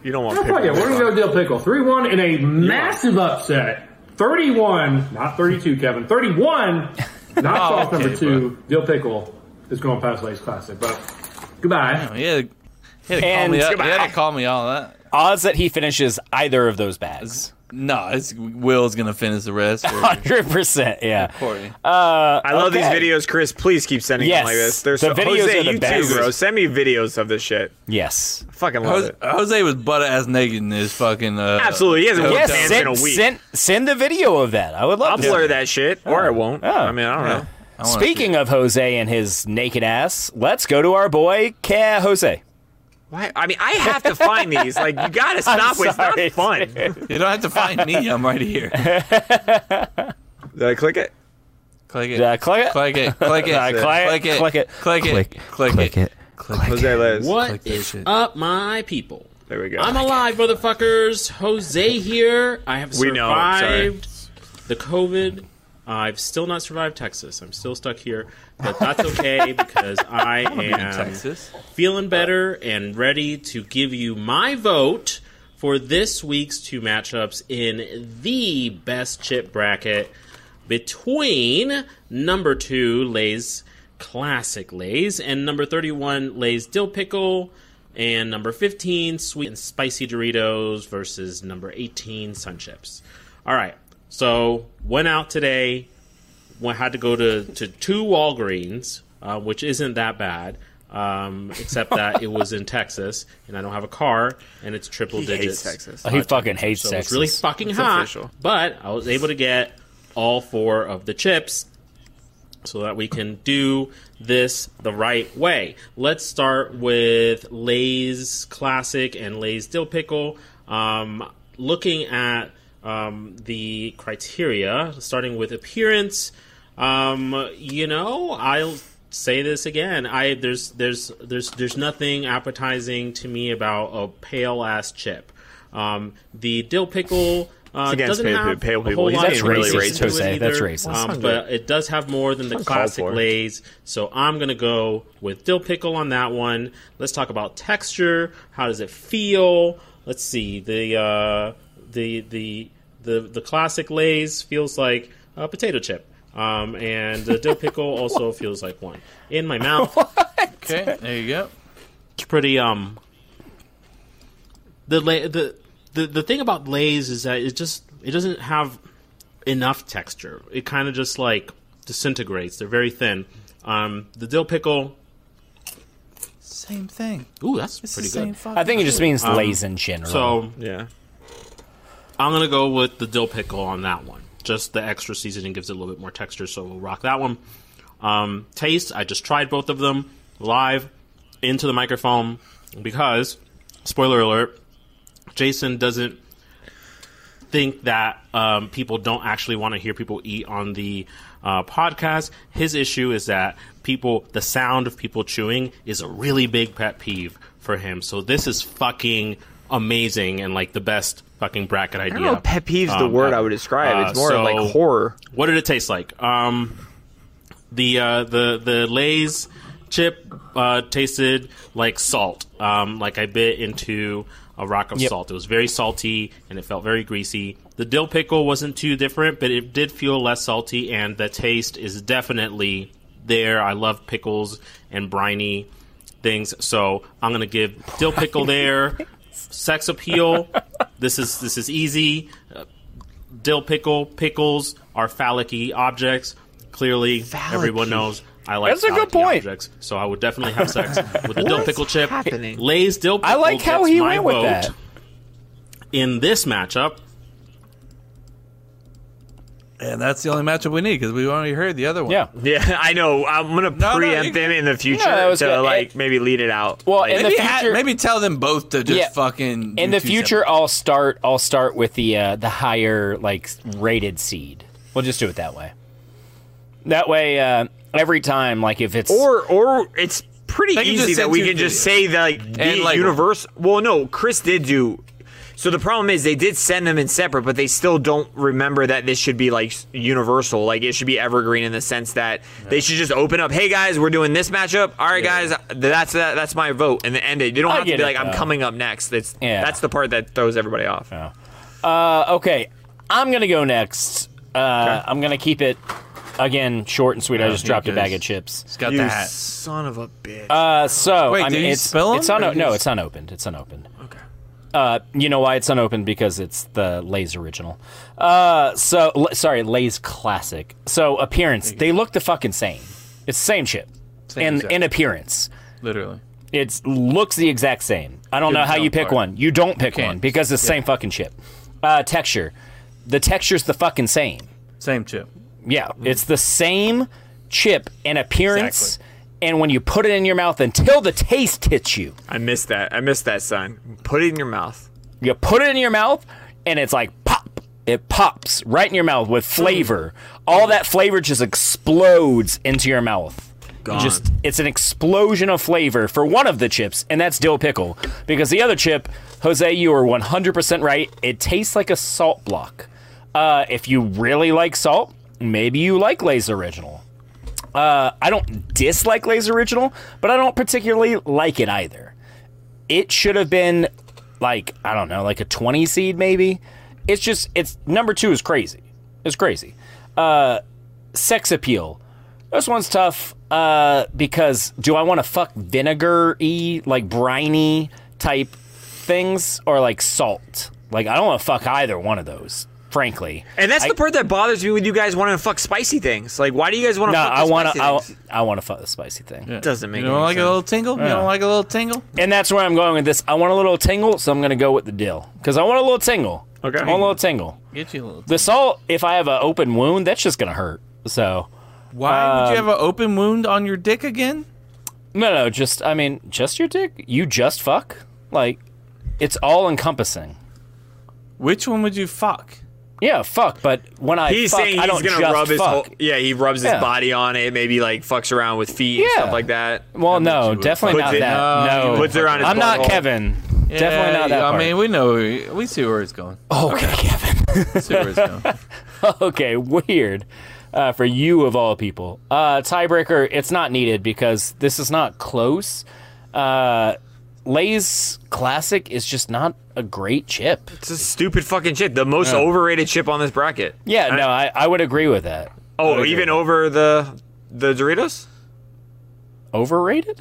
S2: You don't want
S9: yeah, fuck it. We're gonna go
S2: pickle.
S9: dill pickle. Three one in a massive upset. Thirty-one, not thirty-two, Kevin. Thirty-one, not
S3: Oh,
S9: sauce
S1: okay,
S9: number two. Dill pickle is going past Lay's classic, but goodbye.
S1: He had, he had to call
S3: And
S1: me up. He had
S2: goodbye.
S1: to call me all that.
S3: Odds that he finishes either of those bags.
S1: No, it's Will's gonna finish the rest. or
S3: Hundred percent, yeah.
S1: Courtney.
S2: I love these
S3: Uh, Okay.
S2: videos, Chris. Please keep sending
S3: Yes.
S2: them like this. They're
S3: The
S2: so
S3: videos
S2: Jose,
S3: are the
S2: you
S3: best.
S2: too, bro. Send me videos of this shit.
S3: Yes.
S2: I fucking love
S1: Jose,
S2: it.
S1: Jose was butt ass naked in his fucking. Uh,
S2: Absolutely. He hasn't worked
S3: Yes.
S2: out in a
S3: Send,
S2: week.
S3: send, send the video of that. I would love
S2: I'll
S3: to.
S2: blur that shit, or I won't.
S3: Oh.
S2: I mean, I don't know.
S1: I wanna
S3: Speaking of Jose and his naked ass, let's go to our boy Ke Jose.
S2: Why? I mean, I have to find these. Like, you gotta stop with. It's not
S3: sorry.
S2: fun.
S1: see- you don't have to find me. I'm right here.
S2: Did I click it?
S1: Click it.
S3: Uh, click it.
S1: click it. Click it.
S3: Uh, click-
S1: click it.
S3: click it.
S1: Click it.
S3: Click-
S1: Click
S3: click
S1: it.
S3: it.
S1: Click it.
S2: Jose Liz.
S1: Click
S5: What
S1: that
S5: is
S1: shit.
S5: up, my people?
S2: There we go.
S5: I'm alive, motherfuckers. Jose here. I have
S2: We know, I'm sorry.
S5: survived the COVID. I've still not survived Texas. I'm still stuck here, but that's okay because I am
S1: Texas.
S5: feeling better and ready to give you my vote for this week's two matchups in the best chip bracket between number two Lay's classic Lay's and number 31 Lay's dill pickle and number 15 sweet and spicy Doritos versus number 18 sun chips. All right. So, went out today, went, had to go to, to two Walgreens, uh, which isn't that bad, um, except that it was in Texas, and I don't have a car, and it's triple
S2: He hates
S5: digits.
S2: Texas.
S3: he fucking hates
S5: So
S3: Texas.
S5: it's really fucking
S2: It's
S5: hot.
S2: official.
S5: But I was able to get all four of the chips so that we can do this the right way. Let's start with Lay's Classic and Lay's Dill Pickle. Um, looking at um, the criteria, starting with appearance, um, you know, I'll say this again. I there's there's there's there's nothing appetizing to me about a pale ass chip. Um, the dill pickle Uh,
S2: It's against
S5: doesn't
S2: pale-
S5: have
S2: pale
S5: a
S2: people.
S5: whole
S2: He's
S5: lot
S2: that's
S5: of
S2: racist,
S5: ingredients into it
S3: Jose. That's
S5: either,
S3: racist.
S5: um, but it does have more than the
S2: That's uncalled
S5: classic
S2: for.
S5: lays. So I'm gonna go with dill pickle on that one. Let's talk about texture. How does it feel? Let's see the uh, the the the the classic lays feels like a potato chip, um, and the dill pickle also feels like one in my mouth.
S1: Okay, there you go.
S5: It's pretty um the la- the the the thing about Lay's is that it just it doesn't have enough texture. It kind of just like disintegrates. They're very thin. Um, the dill pickle.
S1: Same thing.
S5: Ooh, that's
S1: It's
S5: pretty
S1: the same
S5: good.
S1: fucking
S3: I think it just means
S2: Um,
S3: lays in general.
S5: So
S2: Yeah.
S5: I'm gonna go with the dill pickle on that one. Just the extra seasoning gives it a little bit more texture, so we'll rock that one. Um, taste. I just tried both of them live into the microphone because, spoiler alert, Jason doesn't think that um, people don't actually want to hear people eat on the uh, podcast. His issue is that people, the sound of people chewing is a really big pet peeve for him. So this is fucking amazing and like the best fucking bracket
S2: I
S5: idea.
S2: don't know if pet peeve's the
S5: Um,
S2: word
S5: uh,
S2: I would describe.
S5: uh,
S2: it's more
S5: so-
S2: like horror.
S5: What did it taste like? Um, the uh, the the Lay's chip uh, tasted like salt. Um, like I bit into a rock of salt. It was very salty and it felt very greasy. The dill pickle wasn't too different, but it did feel less salty, and the taste is definitely there. I love pickles and briny things, so I'm gonna give dill pickle there. Sex appeal. this is this is easy Uh, dill pickle pickles are phallic-y objects. Clearly, everyone knows I like
S3: That's a good
S5: phallic-y
S3: point.
S5: objects, so I would definitely have sex with a dill pickle chip.
S2: happening?
S5: Lay's dill pickle
S3: I like how
S5: gets
S3: he
S5: my
S3: went with
S5: vote
S3: that.
S5: in this matchup.
S1: And that's the only matchup we need because we already heard the other one.
S3: Yeah.
S2: Yeah, I know. I'm gonna
S1: no, you
S2: preempt
S1: can-
S2: them in the future
S3: that was
S2: to
S3: good.
S2: like
S3: It-
S2: maybe lead it out.
S3: Well,
S2: Like,
S3: in the
S1: Maybe, ha-
S3: future,
S1: maybe tell them both to just
S3: Yeah.
S1: fucking.
S3: in
S1: do
S3: the
S1: two
S3: future,
S1: separate-
S3: I'll start. I'll start with the uh, the higher like rated seed. We'll just do it that way. That way, uh, every time, like if it's
S2: or or it's pretty
S1: They can
S2: easy
S1: just
S2: that
S1: send
S2: we
S1: two
S2: can just
S1: videos.
S2: say that like the
S1: And label.
S2: universe. Well, no, Chris did do. So the problem is they did send them in separate, but they still don't remember that this should be like s- universal. Like it should be evergreen in the sense that they should just open up. Hey guys, we're doing this matchup. All right, guys, that's that, that's my vote, and then end it. You don't
S3: I
S2: have to
S3: get
S2: be
S3: it,
S2: like I'm
S3: though.
S2: coming up next. That's
S3: Yeah.
S2: that's the part that throws everybody off.
S3: Uh, okay, I'm gonna go next. Uh, I'm gonna keep it again short and sweet. I just
S1: he
S3: dropped a
S1: goes.
S3: bag of chips.
S1: It's got
S2: You
S1: the hat.
S2: son of a bitch.
S3: Uh, so
S1: Wait,
S3: I
S1: did
S3: mean,
S1: you
S3: it's
S1: spill 'em,
S3: it's un-
S1: or you
S3: no,
S1: just-
S3: it's unopened. It's unopened. Okay. Uh, you know why it's unopened because it's the Lay's original. Uh, so l- sorry, Lay's classic. So appearance, they look the fucking same. It's the same shit,
S1: Same
S3: in
S1: exact.
S3: in appearance,
S1: Literally.
S3: it looks the exact same. I don't know how
S1: tell
S3: you pick
S1: apart.
S3: one. You don't pick
S1: Can't.
S3: one because it's the same fucking shit. Uh, texture, the texture's the fucking same.
S1: Same chip.
S3: Yeah, it's the same chip and appearance, and when you put it in your mouth until the taste hits you,
S2: I missed that. I missed that sign. Put it in your mouth.
S3: you put it in your mouth, and it's like pop. It pops right in your mouth with flavor. All that flavor just explodes into your mouth. You Just it's an explosion of flavor for one of the chips, and that's dill pickle. Because the other chip, Jose, you are 100% right. It tastes like a salt block. Uh, if you really like salt, maybe you like Lay's original. Uh, I don't dislike Lay's original, but I don't particularly like it either. It should have been like I don't know, like a 20 seed maybe. It's just it's number 2 is crazy. It's crazy. Uh sex appeal. This one's tough uh because do I want to fuck vinegar-y like briny type things or like salt? Like I don't want to fuck either one of those, frankly.
S2: And that's
S3: I-
S2: the part that bothers me with you guys wanting to fuck spicy things. Like, why do you guys want to
S3: No,
S2: fuck the
S3: I want to
S2: spicy
S3: I,
S2: things?
S3: I want to fuck the spicy thing.
S2: Doesn't make
S1: You don't
S2: any
S1: like
S2: sense.
S1: a little tingle? You don't like a little tingle?
S3: and that's where I'm going with this. I want a little tingle, so I'm going to go with the dill because I want a little tingle.
S2: Okay.
S3: I want a little tingle.
S1: Get you a little.
S3: The salt, if I have an open wound, that's just going to hurt. So
S1: Why would you
S3: Um,
S1: have an open wound on your dick again?
S3: no, no, just I mean, just your dick. You just fuck. Like it's all encompassing.
S1: Which one would you fuck?
S3: Yeah, fuck. But when I
S2: He's
S3: fuck,
S2: saying
S3: I
S2: he's
S3: don't
S2: gonna
S3: just
S2: rub his
S3: fuck.
S2: whole. Yeah, he rubs his
S3: Yeah.
S2: body on it. Maybe like fucks around with feet and
S3: Yeah.
S2: stuff like that.
S3: well, no,
S1: would.
S3: definitely
S2: Puts
S3: not
S2: it-
S3: that.
S1: No,
S3: No,
S1: you
S2: Puts her on his.
S3: I'm not
S2: butthole.
S3: Kevin. definitely
S1: Yeah,
S3: not that.
S1: I
S3: part. Oh,
S1: mean, we know. We see where it's going.
S3: okay, Kevin.
S1: Sewers, no.
S3: okay, weird. Uh, for you of all people, uh, tiebreaker. It's not needed because this is not close. Uh, Lay's classic is just not a great chip.
S2: It's a stupid fucking chip. The most overrated chip on this bracket.
S3: Yeah, no, I, I would agree with that.
S2: Oh, even over the the Doritos.
S3: Overrated?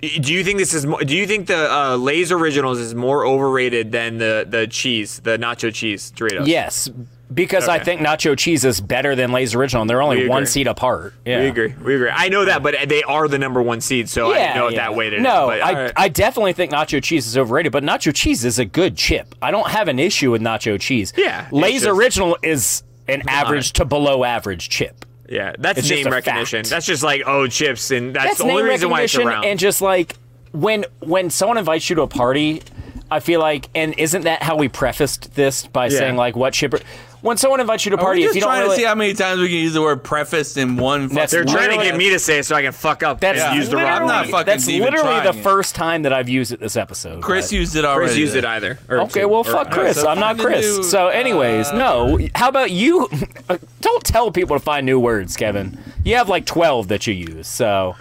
S2: Do you think this is? mo- Do you think the uh, Lay's Originals is more overrated than the the cheese, the nacho cheese Doritos?
S3: Yes, because I
S2: Okay.
S3: think nacho cheese is better than Lay's original, and they're
S2: We
S3: only
S2: agree.
S3: one seat apart. Yeah.
S2: we agree. We agree. I know that, but they are the number one seed, so I
S3: Yeah,
S2: didn't know it
S3: yeah.
S2: that way. to-
S3: No,
S2: but,
S3: I,
S2: all right.
S3: I definitely think nacho cheese is overrated, but nacho cheese is a good chip. I don't have an issue with nacho cheese.
S2: Yeah, it's
S3: Lay's
S2: just-
S3: original is an average to below average chip.
S2: yeah, that's
S3: It's just
S2: name
S3: a
S2: recognition.
S3: fact.
S2: That's just like oh chips, and that's,
S3: That's
S2: the only
S3: name
S2: reason why it's
S3: recognition
S2: around.
S3: and just like when when someone invites you to a party, I feel like and isn't that how we prefaced this by saying like what chip? are- when someone invites you to a
S1: Are
S3: party,
S1: we
S3: if
S1: just
S3: you don't
S1: trying
S3: really,
S1: to see how many times we can use the word prefaced in one
S3: That's
S1: fucking
S2: They're trying to
S1: word?
S2: get me to say it so I can fuck up
S3: that's
S2: and use the wrong
S1: I'm
S3: literally-
S1: not
S2: word.
S1: fucking
S3: that's
S1: even
S3: literally the
S1: trying it.
S3: first time that I've used it this episode.
S1: Chris
S3: but-
S1: used it already.
S2: Chris used it
S1: then.
S2: either. or
S3: Okay,
S2: two,
S3: well,
S2: or-
S3: fuck Chris.
S1: so
S3: I'm not
S1: I'm gonna
S3: Chris.
S1: do,
S3: so,
S1: uh,
S3: anyways, no. How about you? Uh, Don't tell people to find new words, Kevin. You have like 12 that you use. So,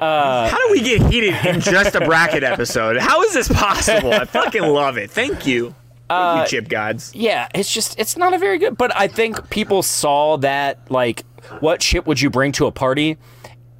S2: How do we get heated in just a bracket episode? How is this possible? I fucking love it. Thank you. Thank
S3: Uh,
S2: you, Chip Gods.
S3: yeah, it's just, it's not a very good, but I think people saw that, like, what chip would you bring to a party?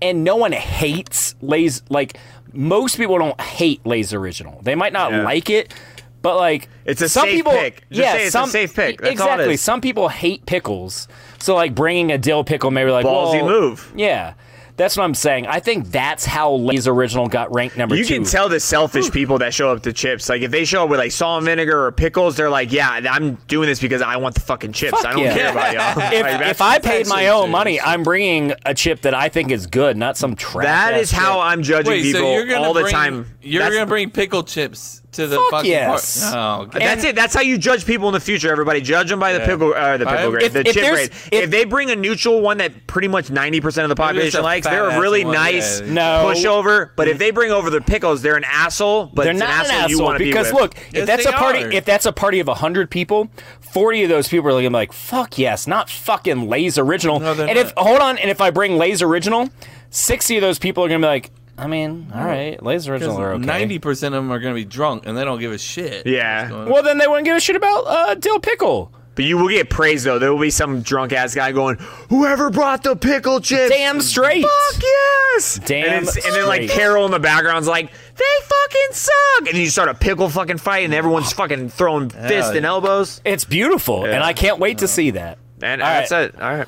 S3: And no one hates Lay's, like, most people don't hate Lay's original. They might not
S2: Yeah.
S3: like it, but like,
S2: It's a
S3: some
S2: safe
S3: people,
S2: pick. Just
S3: yeah,
S2: say it's a
S3: some,
S2: safe pick. That's all it
S3: exactly.
S2: is.
S3: Some people hate pickles. So, like, bringing a dill pickle, maybe like,
S2: Ballsy
S3: well,
S2: move.
S3: Yeah, that's what I'm saying. I think that's how Lay's original got ranked number
S2: You
S3: two.
S2: can tell the selfish people that show up to chips. Like if they show up with like salt and vinegar or pickles, they're like, "Yeah, I'm doing this because I want the fucking chips.
S3: Fuck
S2: I don't
S3: yeah."
S2: care about y'all." Like,
S3: If,
S2: that's-
S3: if I paid my
S1: actually
S3: own
S1: true.
S3: money, I'm bringing a chip that I think is good, not some trash.
S2: that
S3: ass
S2: is how
S3: chip.
S2: I'm judging
S1: Wait,
S2: people
S1: so you're gonna
S2: all the
S1: bring,
S2: time.
S1: You're
S2: That's-
S1: gonna bring pickle chips to the
S3: Fuck
S1: fucking
S3: yes.
S1: party. Oh, God.
S2: Uh, That's it. That's how you judge people in the future. Everybody judge them by the
S1: Yeah.
S2: pickle, uh, the
S1: I-
S2: pickle grade,
S1: If-
S2: the
S3: if
S2: chip
S3: there's-
S2: grade. If,
S3: if-
S2: they bring a neutral one that pretty much ninety percent of the population
S1: a
S2: likes, they're a
S1: fat-ass
S2: really
S1: one.
S2: nice
S1: Yeah.
S3: No. Mm.
S2: pushover. But if they bring over the pickles, they're an asshole. But
S3: They're
S2: it's
S3: not
S2: an asshole, you want to be
S3: because
S2: with.
S3: look, if
S1: Yes,
S3: that's
S1: they
S3: a party,
S1: are.
S3: if that's a party of hundred people, forty of those people are looking like, "Fuck yes, not fucking Lay's original."
S1: No, they're
S3: and if
S1: not.
S3: hold on, and if I bring Lay's original, sixty of those people are gonna be like, "I mean, all right, Lay's original are okay."
S1: Ninety percent of them are gonna be drunk and they don't give a shit.
S2: Yeah.
S1: Well,
S3: Well, then they wouldn't give a shit about uh, dill pickle.
S2: But you will get praise though. There will be some drunk ass guy going, "Whoever brought the pickle chips,
S3: Damn straight.
S2: fuck yes!"
S3: Damn
S2: and, it's- and then like
S3: straight.
S2: Carol in the background's like, "They fucking suck!" And you start a pickle fucking fight, and everyone's fucking throwing fists and
S1: yeah.
S2: elbows.
S3: It's beautiful, and I can't wait to see that.
S2: And
S3: All
S2: that's
S3: right.
S2: it. All right.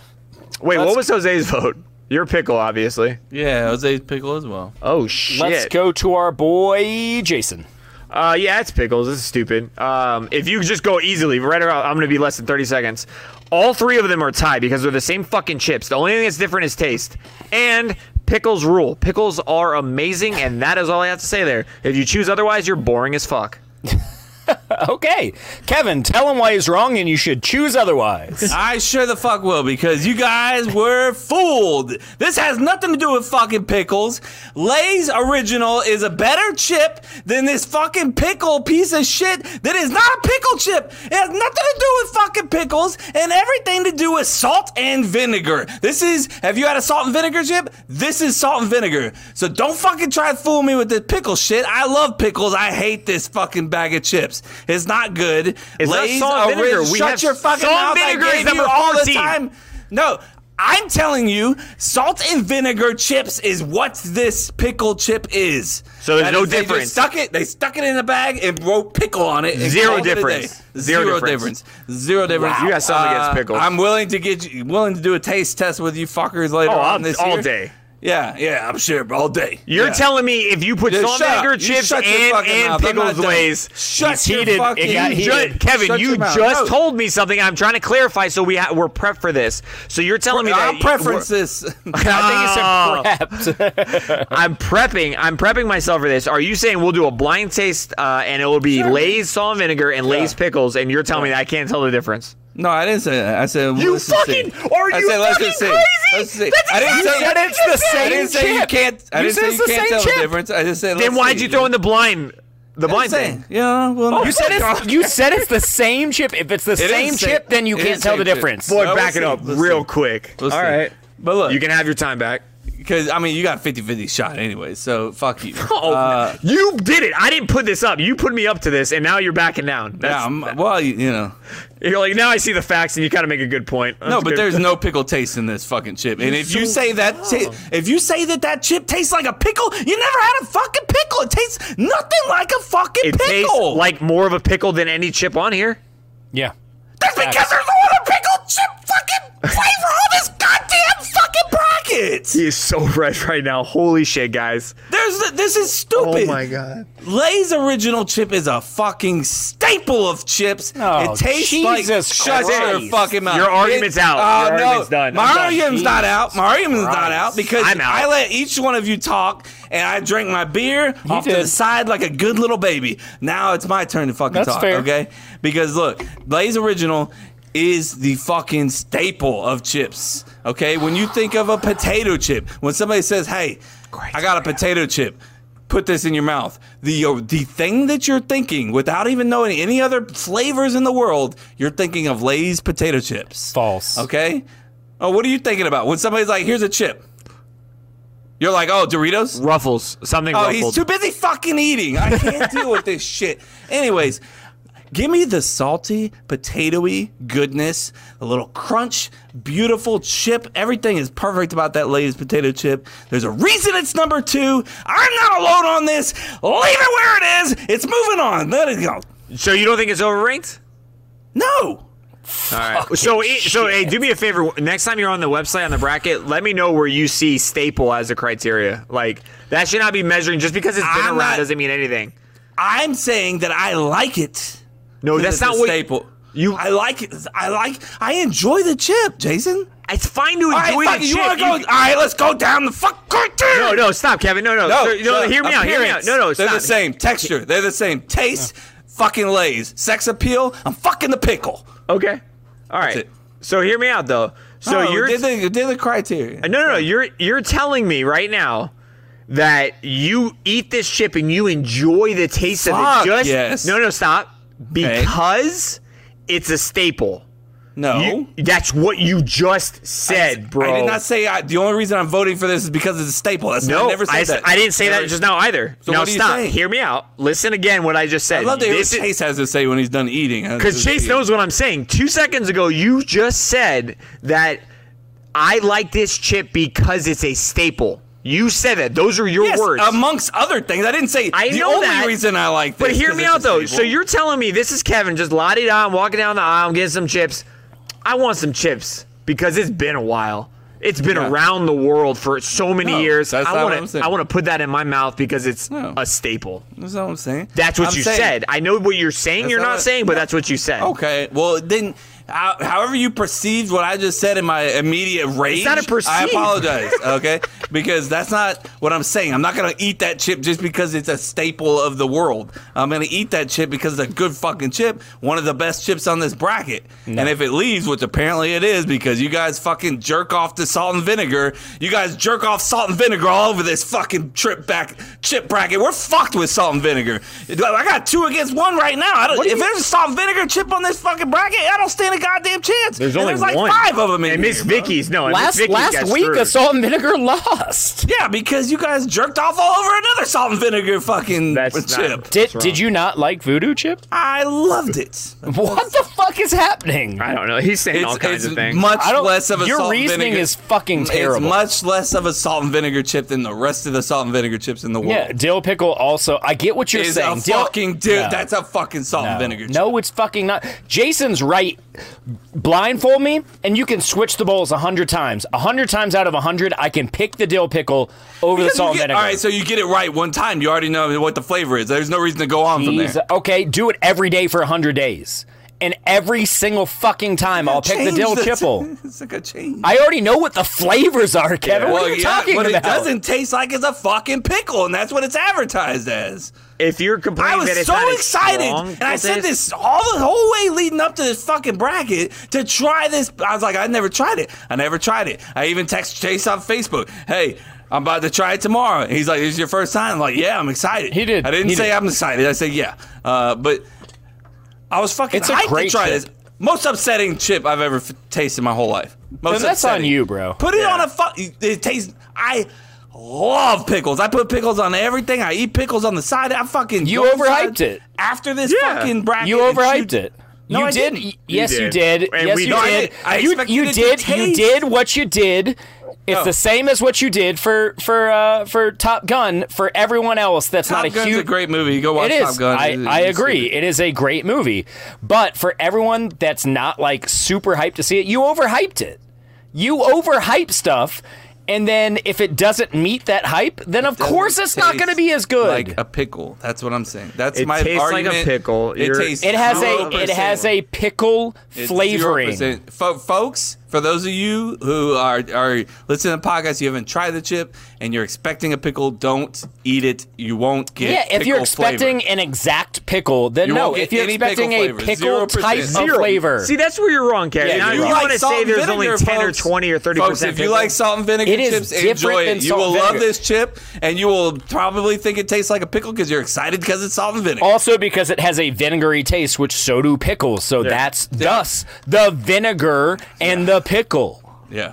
S2: Wait,
S3: Let's-
S2: what was Jose's vote? Your pickle, obviously.
S1: yeah, Jose's pickle as well.
S2: Oh shit.
S3: Let's go to our boy Jason.
S2: Uh, yeah, it's pickles. This is stupid. Um, if you just go easily, right around, I'm gonna be less than 30 seconds. All three of them are tied because they're the same fucking chips. The only thing that's different is taste. And pickles rule. Pickles are amazing, and that is all I have to say there. If you choose otherwise, you're boring as fuck.
S3: Okay, Kevin, tell him why he's wrong, and you should choose otherwise.
S1: I sure the fuck will because you guys were fooled. This has nothing to do with fucking pickles. Lay's original is a better chip than this fucking pickle piece of shit that is not a pickle chip. It has nothing to do with fucking pickles and everything to do with salt and vinegar. This is, have you had a salt and vinegar chip? This is salt and vinegar. So don't fucking try to fool me with this pickle shit. I love pickles. I hate this fucking bag of chips. It's not good.
S2: It's not
S1: Lay's
S2: salt and vinegar.
S1: orig-
S2: We
S1: Shut
S2: have
S1: your fucking
S2: salt and
S1: mouth. I
S2: vinegar
S1: gave
S2: is number
S1: you all the
S2: 14.
S1: time. No, I'm telling you, salt and vinegar chips is what this pickle chip is.
S2: So there's
S1: That
S2: no
S1: is, they just
S2: difference.
S1: Stuck it. They stuck it in a bag and wrote pickle on it. and
S2: Zero
S1: called it a
S2: difference.
S1: day.
S2: Zero
S1: Zero,
S2: difference.
S1: difference. Zero difference. Uh,
S2: You got something against pickles.
S1: I'm willing to get you, willing to do a taste test with you fuckers later
S2: Oh,
S1: on
S2: I'll-
S1: this
S2: all
S1: year.
S2: day.
S1: Yeah, yeah, I'm sure, all day.
S2: You're
S1: Yeah.
S2: telling me if you put
S1: Dude,
S2: salt
S1: shut
S2: and vinegar
S1: up. You
S2: chips and,
S1: shut your fucking
S2: and
S1: mouth. I'm
S2: pickles
S1: not done.
S2: ways,
S1: Shut
S2: he's
S1: your
S2: heated. It
S1: fucking-
S2: got
S1: You
S2: heated.
S1: ju-
S2: Kevin,
S1: shut
S2: you
S1: your mouth.
S2: just
S1: No.
S2: told me something. I'm trying to clarify, so we ha- we're prepped for this. So you're telling me that
S1: I'll preference this.
S2: I think you said prepped. I'm prepping. I'm prepping myself for this. Are you saying we'll do a blind taste uh, and it will be Lay's salt and vinegar and Lay's pickles, and you're telling me that I can't tell the difference?
S1: No, I didn't say that. I said well,
S2: You
S1: let's just
S2: fucking-
S1: see.
S2: are
S1: I
S2: you
S1: said, let's just
S2: fucking
S1: see.
S2: crazy?
S1: Let's see.
S2: That's
S1: I didn't
S2: exactly
S1: say
S2: what
S1: it's
S2: you
S1: the
S2: said.
S1: I didn't say you
S3: chip.
S1: can't. I
S3: You
S1: didn't
S3: said
S1: say
S3: it's
S1: you
S3: the
S1: can't
S3: same
S1: tell
S3: chip.
S1: the difference. I just said.
S2: Then
S1: let's
S2: why'd
S1: see.
S2: you throw in the blind? The blind
S1: Same.
S2: thing.
S1: Yeah. Well, no.
S3: You said it's you said it's the same chip. If it's the
S1: is
S3: same
S1: same.
S3: chip, then you
S1: It
S3: can't
S1: is
S3: tell
S1: same
S3: the
S1: chip.
S3: difference.
S2: Boy,
S1: No,
S2: back
S1: listen,
S2: it up
S1: listen.
S2: real quick.
S1: Let's
S2: All
S1: see.
S2: right.
S1: But look,
S2: You can have your time back.
S1: because I mean, you got 50-50 shot anyway. So fuck you.
S2: Oh,
S1: Uh,
S2: you did it. I didn't put this up. You put me up to this, and now you're backing down.
S1: yeah.
S2: That's,
S1: I'm- well, you, you know.
S2: You're like, now I see the facts, and you kind of make a good point.
S1: No,
S2: That's
S1: but
S2: good.
S1: there's no pickle taste in this fucking chip. And if you say that, ta- if you say that that chip tastes like a pickle, you never had a fucking pickle. It tastes nothing like a fucking
S2: It
S1: pickle.
S2: tastes like more of a pickle than any chip on here.
S3: Yeah.
S1: That's because there's no other pickle chip fucking flavor on this goddamn fucking bracket.
S2: He is so red right now. Holy shit, guys.
S1: There's this is stupid.
S2: Oh god.
S1: Lay's original chip is a fucking staple of chips.
S3: Oh,
S1: it tastes like
S3: Jesus
S1: shut
S3: Christ.
S1: your fucking mouth.
S2: Your argument's
S1: It-
S2: out.
S1: Oh
S2: Your
S1: no,
S2: argument's done.
S1: my
S2: I'm done.
S1: argument's not out. My argument's not
S3: Christ.
S1: out because
S2: I'm out.
S1: I let each one of you talk, and I drank my beer off to
S3: did.
S1: the side like a good little baby. Now it's my turn to fucking
S3: That's
S1: talk.
S3: fair.
S1: Okay, because look, Lay's original. Is the fucking staple of chips. Okay? When you think of a potato chip, when somebody says, hey, I got a potato chip. Put this in your mouth. The uh, the thing that you're thinking, without even knowing any other flavors in the world, you're thinking of Lay's potato chips.
S3: False.
S1: Okay. Oh, what are you thinking about when somebody's like, "Here's a chip." You're like, "Oh, Doritos."
S2: Ruffles. Something
S1: Oh,
S2: ruffled.
S1: he's too busy fucking eating. I can't deal with this shit. Anyways, give me the salty, potatoy goodness, a little crunch, beautiful chip. Everything is perfect about that Lay's potato chip. There's a reason it's number two. I'm not alone on this. Leave it where it is. It's moving on. Let it go.
S2: so you don't think it's overranked?
S1: No.
S2: All right. So, it, so hey, do me a favor. Next time you're on the website on the bracket, let me know where you see staple as a criteria. Like that should not be measuring just because it's been
S1: I'm
S2: around
S1: not-
S2: doesn't mean anything.
S1: I'm saying that I like it.
S2: No, that's
S1: It's a
S2: not what
S1: staple.
S2: you-
S1: I like it. I like. I enjoy the chip, Jason.
S2: It's fine to enjoy
S1: All right,
S2: the
S1: fuck it,
S2: chip.
S1: you want to go?
S2: You-
S1: All right, let's go down the fuck criteria.
S2: no, no, stop, Kevin. No, no, Sir, no.
S1: shut
S2: Hear
S1: up.
S2: me out. Hear me out.
S1: Appearance.
S2: No, no,
S1: They're
S2: stop.
S1: the same texture. They're the same taste. Fucking lays. Sex appeal. I'm fucking the pickle.
S2: Okay. All right.
S1: it.
S2: So hear me out though. So
S1: Oh,
S2: you're
S1: did the did the criteria.
S2: no, no, no. You're you're telling me right now that you eat this chip and you enjoy the taste
S1: Fuck
S2: of it. Just
S1: yes.
S2: no, no, stop. Because it's a staple.
S1: No.
S2: You- that's what you just said, bro.
S1: I did not say I, the only reason I'm voting for this is because it's a staple. That's
S2: No,
S1: I never said
S2: I, s-
S1: that.
S2: I didn't say that just now either.
S1: So
S2: now
S1: what are you
S2: stop.
S1: saying?
S2: Hear me out. Listen again. What I just said.
S1: I love that
S2: This
S1: Chase
S2: is-
S1: has to say when he's done eating.
S2: Because Chase knows what I'm saying. Two seconds ago, you just said that I like this chip because it's a staple. You said that. Those are your
S1: Yes,
S2: words.
S1: amongst other things. I didn't say
S2: I
S1: the
S2: know
S1: only
S2: that,
S1: reason I like this.
S2: but hear
S1: 'cause
S2: me
S1: it's a
S2: out though. So
S1: staple.
S2: you're telling me this is Kevin just la di da. I'm walking down the aisle. I'm getting some chips. I want some chips because it's been a while. It's been
S1: Yeah.
S2: around the world for so many
S1: No,
S2: years.
S1: that's
S2: I
S1: not what
S2: wanna-
S1: I'm saying.
S2: I want to put that in my mouth because it's
S1: No.
S2: a staple.
S1: That's what I'm saying.
S2: That's what
S1: I'm
S2: you
S1: saying-
S2: said. I know what you're saying.
S1: That's
S2: you're
S1: not
S2: not
S1: a-
S2: saying, but that's what you said.
S1: Okay. Well, then, how- however you perceived what I just said in my immediate rage,
S2: not a perceive.
S1: I apologize. Okay, because that's not what I'm saying. I'm not gonna eat that chip just because it's a staple of the world. I'm gonna eat that chip because it's a good fucking chip, one of the best chips on this bracket. And if it leaves, which apparently it is, because you guys fucking jerk off to salt and vinegar. You guys jerk off salt and vinegar all over this fucking trip back chip bracket. We're fucked with salt and vinegar. I got two against one right now. I don't, if there's a salt and vinegar chip on this fucking bracket, I don't stand a goddamn chance.
S2: There's
S1: And
S2: only
S1: there's like
S2: one.
S1: five of them in
S2: And Miss
S1: here, bro.
S2: Vicky's no. and Miss
S3: Last
S2: Vicky's
S3: last
S2: got
S3: week,
S2: screwed.
S3: a salt and vinegar lost.
S1: Yeah, because you guys jerked off all over another salt and vinegar fucking
S2: That's not-
S1: chip.
S3: Did did you not like Voodoo Chip?
S1: I loved it.
S3: What the fuck is happening?
S2: I don't know. He's saying all
S1: it's
S2: kinds of things.
S1: much
S3: I don't-
S1: less of a
S3: your
S1: salt and
S3: reasoning
S1: vinegar-
S3: is fucking terrible.
S1: It's much less of a salt and vinegar chip than the rest of the salt and vinegar chips in the world.
S3: Yeah, dill pickle. Also, I get what you're
S1: is
S3: saying.
S1: a
S3: Dill-
S1: fucking dude.
S3: No.
S1: That's a fucking salt and vinegar chip.
S3: No, it's fucking not. Jason's right. Blindfold me, and you can switch the bowls a hundred times. A hundred times out of a hundred, I can pick the dill pickle over
S1: Because
S3: the
S1: you
S3: salt and
S1: get-
S3: vinegar.
S1: All right, so you get it right one time. You already know what the flavor is. There's no reason to go on from
S3: Jeez,
S1: there.
S3: okay, do it every day for a hundred days, and every single fucking time, I'll pick the
S1: Change
S3: dill chipple.
S1: it's like a change.
S3: I already know what the flavors are, Kevin. what are
S1: yeah,
S3: you talking
S1: what
S3: about?
S1: it doesn't taste like is a fucking pickle, and that's what it's advertised as.
S2: if you're complaining
S1: I was
S2: that it's
S1: so
S2: not as
S1: excited,
S2: strong
S1: and I
S2: as
S1: said this all the whole way leading up to this fucking bracket to try this. I was like, I never tried it. I never tried it. I even text Chase on Facebook, "Hey, I'm about to try it tomorrow. And he's like, "Is your first time?" I'm like, "Yeah, I'm excited."
S3: He did.
S1: I didn't
S3: He
S1: say
S3: did.
S1: I'm excited. I said, "Yeah," uh, but I was fucking
S3: It's a
S1: hyped to
S3: great
S1: try
S3: chip.
S1: this. Most upsetting chip I've ever f- tasted in my whole life. Most
S3: Then that's on
S1: upsetting.
S3: you, bro.
S1: Put it on a fuck. It tastes. I love pickles. I put pickles on everything. I eat pickles on the side. I fucking
S3: You
S1: go inside
S3: overhyped it.
S1: after this
S2: Yeah.
S1: fucking bracket.
S3: You
S1: and
S3: overhyped
S1: shoot-
S3: it.
S1: No,
S3: you
S1: I
S3: did.
S1: didn't.
S3: y-
S2: You
S3: Yes, you
S2: did.
S3: did.
S2: And
S3: yes,
S2: we-
S3: you
S2: No, I
S3: did.
S1: didn't. I
S3: you
S1: expected
S3: you
S1: it to
S3: did. You
S1: taste.
S3: did what you did. It's
S1: Oh.
S3: the same as what you did for for uh, for Top Gun for everyone else. That's
S1: Top
S3: not a
S1: Gun's
S3: huge.
S1: a great movie. You go watch
S3: It is.
S1: Top Gun. It-
S3: I, I
S1: it's
S3: agree. It is a great movie. But for everyone that's not like super hyped to see it, you overhyped it. You overhype stuff. And then if it doesn't meet that hype, then of
S1: doesn't
S3: course it's not
S1: taste
S3: going to be as good.
S1: Like a pickle. That's what I'm saying. That's
S2: It
S1: my
S2: tastes like a
S1: argument.
S2: pickle.
S1: It
S2: You're-
S1: tastes.
S3: it has a
S1: 0%.
S3: it has a pickle
S1: It's
S3: flavoring.
S1: 0%. Fo- folks, for those of you who are are listening to the podcast, you haven't tried the chip and you're expecting a pickle. Don't eat it. You won't get.
S3: Yeah, if you're
S1: pickle flavor.
S3: expecting an exact pickle, then
S1: You
S3: no.
S1: won't get
S3: If you're
S1: any
S3: expecting
S1: pickle
S3: a
S1: flavor.
S3: pickle
S1: 0%.
S3: type of
S1: Zero.
S3: flavor,
S2: See, that's where you're wrong, Kevin.
S3: Yeah,
S2: now
S3: you're
S2: you
S3: wrong.
S2: want to
S1: salt
S2: say
S1: and
S2: there's
S1: vinegar,
S2: only 10
S1: folks.
S2: or 20 or 30
S1: Folks,
S2: percent.
S1: if you like salt and vinegar
S3: It
S1: chips,
S3: is different
S1: enjoy
S3: than
S1: it. You
S3: salt
S1: will
S3: and
S1: love
S3: vinegar.
S1: this chip, and you will probably think it tastes like a pickle because you're excited because it's salt and vinegar.
S3: also because it has a vinegary taste, which so do pickles. So that's thus the vinegar and the pickle.
S1: yeah.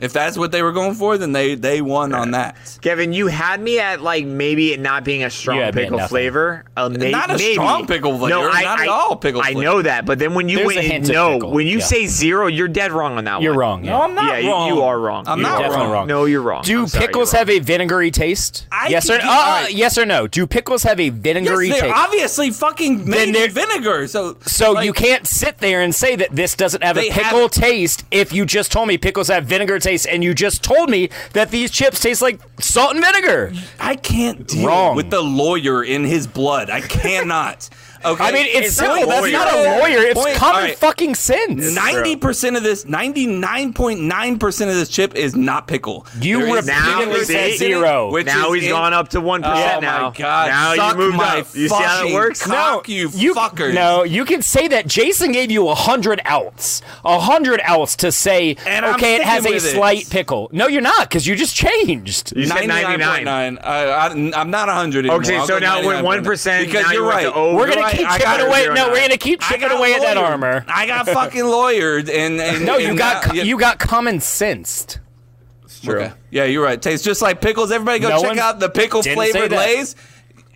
S1: If that's what they were going for, then they they won on that.
S2: Kevin, you had me at like maybe it not being a strong
S3: You had me at
S2: pickle
S3: nothing.
S2: flavor. Uh, may-
S1: Not a
S2: maybe.
S1: strong pickle flavor,
S2: No, I,
S1: not at
S2: I-
S1: all pickle
S2: I
S1: flavor.
S2: know that, but then when you
S3: There's
S2: went
S3: a
S2: in-
S3: hint of
S2: no,
S3: pickle,
S2: when you
S3: yeah.
S2: say zero, you're dead wrong on that
S3: You're
S2: one.
S3: wrong. yeah.
S1: No, I'm not
S2: yeah, you-
S1: wrong.
S2: You, are wrong.
S1: I'm
S2: You're
S1: not
S3: definitely wrong.
S2: No, you're wrong.
S3: Do
S2: I'm sorry,
S3: pickles
S2: you're
S3: have a vinegary taste?
S1: I
S3: yes
S1: could
S3: or
S1: get-
S3: uh,
S1: all
S3: uh,
S1: right.
S3: yes or no? Do pickles have a vinegary
S1: Yes, they're
S3: taste?
S1: obviously fucking made
S3: they're-
S1: in vinegar. So,
S3: so
S1: like,
S3: you can't sit there and say that this doesn't have
S1: They
S3: a
S1: have-
S3: pickle taste if you just told me pickles have vinegar taste and you just told me that these chips taste like salt and vinegar.
S1: I can't deal
S3: Wrong.
S1: with the lawyer in his blood. I cannot. Okay,
S3: I mean, it's,
S1: not
S3: simple. That's not a lawyer. It's
S1: Point-
S3: common
S1: all right.
S3: fucking sense.
S1: Ninety percent of this, ninety-nine point nine percent of this chip is not pickle.
S3: You
S1: There is
S2: Now
S3: repeatedly
S2: he's
S3: said
S2: eight.
S3: zero.
S1: Which
S2: now
S1: is
S2: he's
S1: in-
S2: gone up to one percent
S1: Oh
S2: now.
S1: my god!
S2: Now
S1: Suck
S2: you moved
S1: my
S2: up. You see how it
S1: fucking
S2: works?
S1: Cock, you, fuckers!
S3: No, you can say that Jason gave you a hundred ounce, a hundred ounce to say,
S1: And I'm
S3: okay, it has
S1: sticking
S3: a
S1: with it.
S3: slight pickle. No, you're not, because you just changed.
S2: You said 99.
S1: 99.9. I, I, I'm not 100 anymore.
S2: Okay,
S1: I'll
S2: so
S1: go
S2: now we're
S1: 99.9.
S2: 1%,
S1: Because
S2: now
S1: you're
S2: you went
S1: right.
S2: to over.
S3: We're gonna
S1: You're
S3: keep
S1: right, I
S3: chipping
S1: got
S3: away.
S2: zero
S3: No,
S2: now.
S3: we're gonna keep
S1: I
S3: chipping
S1: got
S3: away at that
S1: lawyered.
S3: armor.
S1: I got fucking lawyered, and, and
S3: No, you
S1: and uh,
S3: got
S1: now-
S3: co- you got common sense.
S2: True.
S1: Okay. Yeah, you're right. Tastes just like pickles. Everybody go
S3: No
S1: check
S3: one
S1: out the pickle
S3: didn't say
S1: flavored
S3: that.
S1: lays.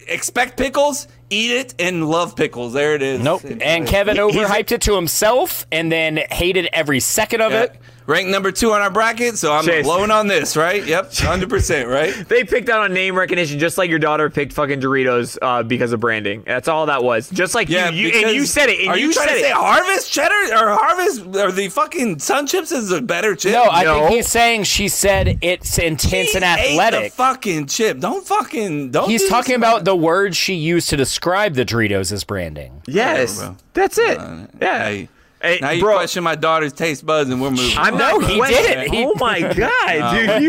S1: Expect pickles, eat it, and love pickles. There it is.
S3: Nope. And Kevin
S2: he's-
S3: overhyped it to himself and then hated every second of
S1: Yeah.
S3: it.
S1: Ranked number two on our bracket, so I'm
S2: Chase.
S1: blowing on this, right? Yep, 100%, right?
S2: They picked out on name recognition just like your daughter picked fucking Doritos uh, because of branding. That's all that was. Just like
S1: Yeah,
S2: you, you
S1: because-
S2: and you said it. And
S1: are you, trying
S2: said
S1: to
S2: it.
S1: say Harvest Cheddar or Harvest or the fucking Sun Chips is a better chip?
S3: No, Oh, I
S2: No.
S3: think he's saying she said it's intense
S1: He
S3: and
S1: ate
S3: athletic.
S1: the fucking chip. Don't fucking don't. do
S3: he's
S1: this
S3: talking
S1: to
S3: about
S1: me.
S3: the words she used to describe the Doritos as branding.
S2: Yes,
S1: Whatever, bro.
S2: that's it. yeah,
S1: Hey,
S2: Hey,
S1: now you
S2: bro.
S1: question my daughter's taste buds, and we're moving.
S2: I'm
S3: No,
S2: not
S3: he
S2: questioning-
S3: didn't. He-
S2: oh my god, dude,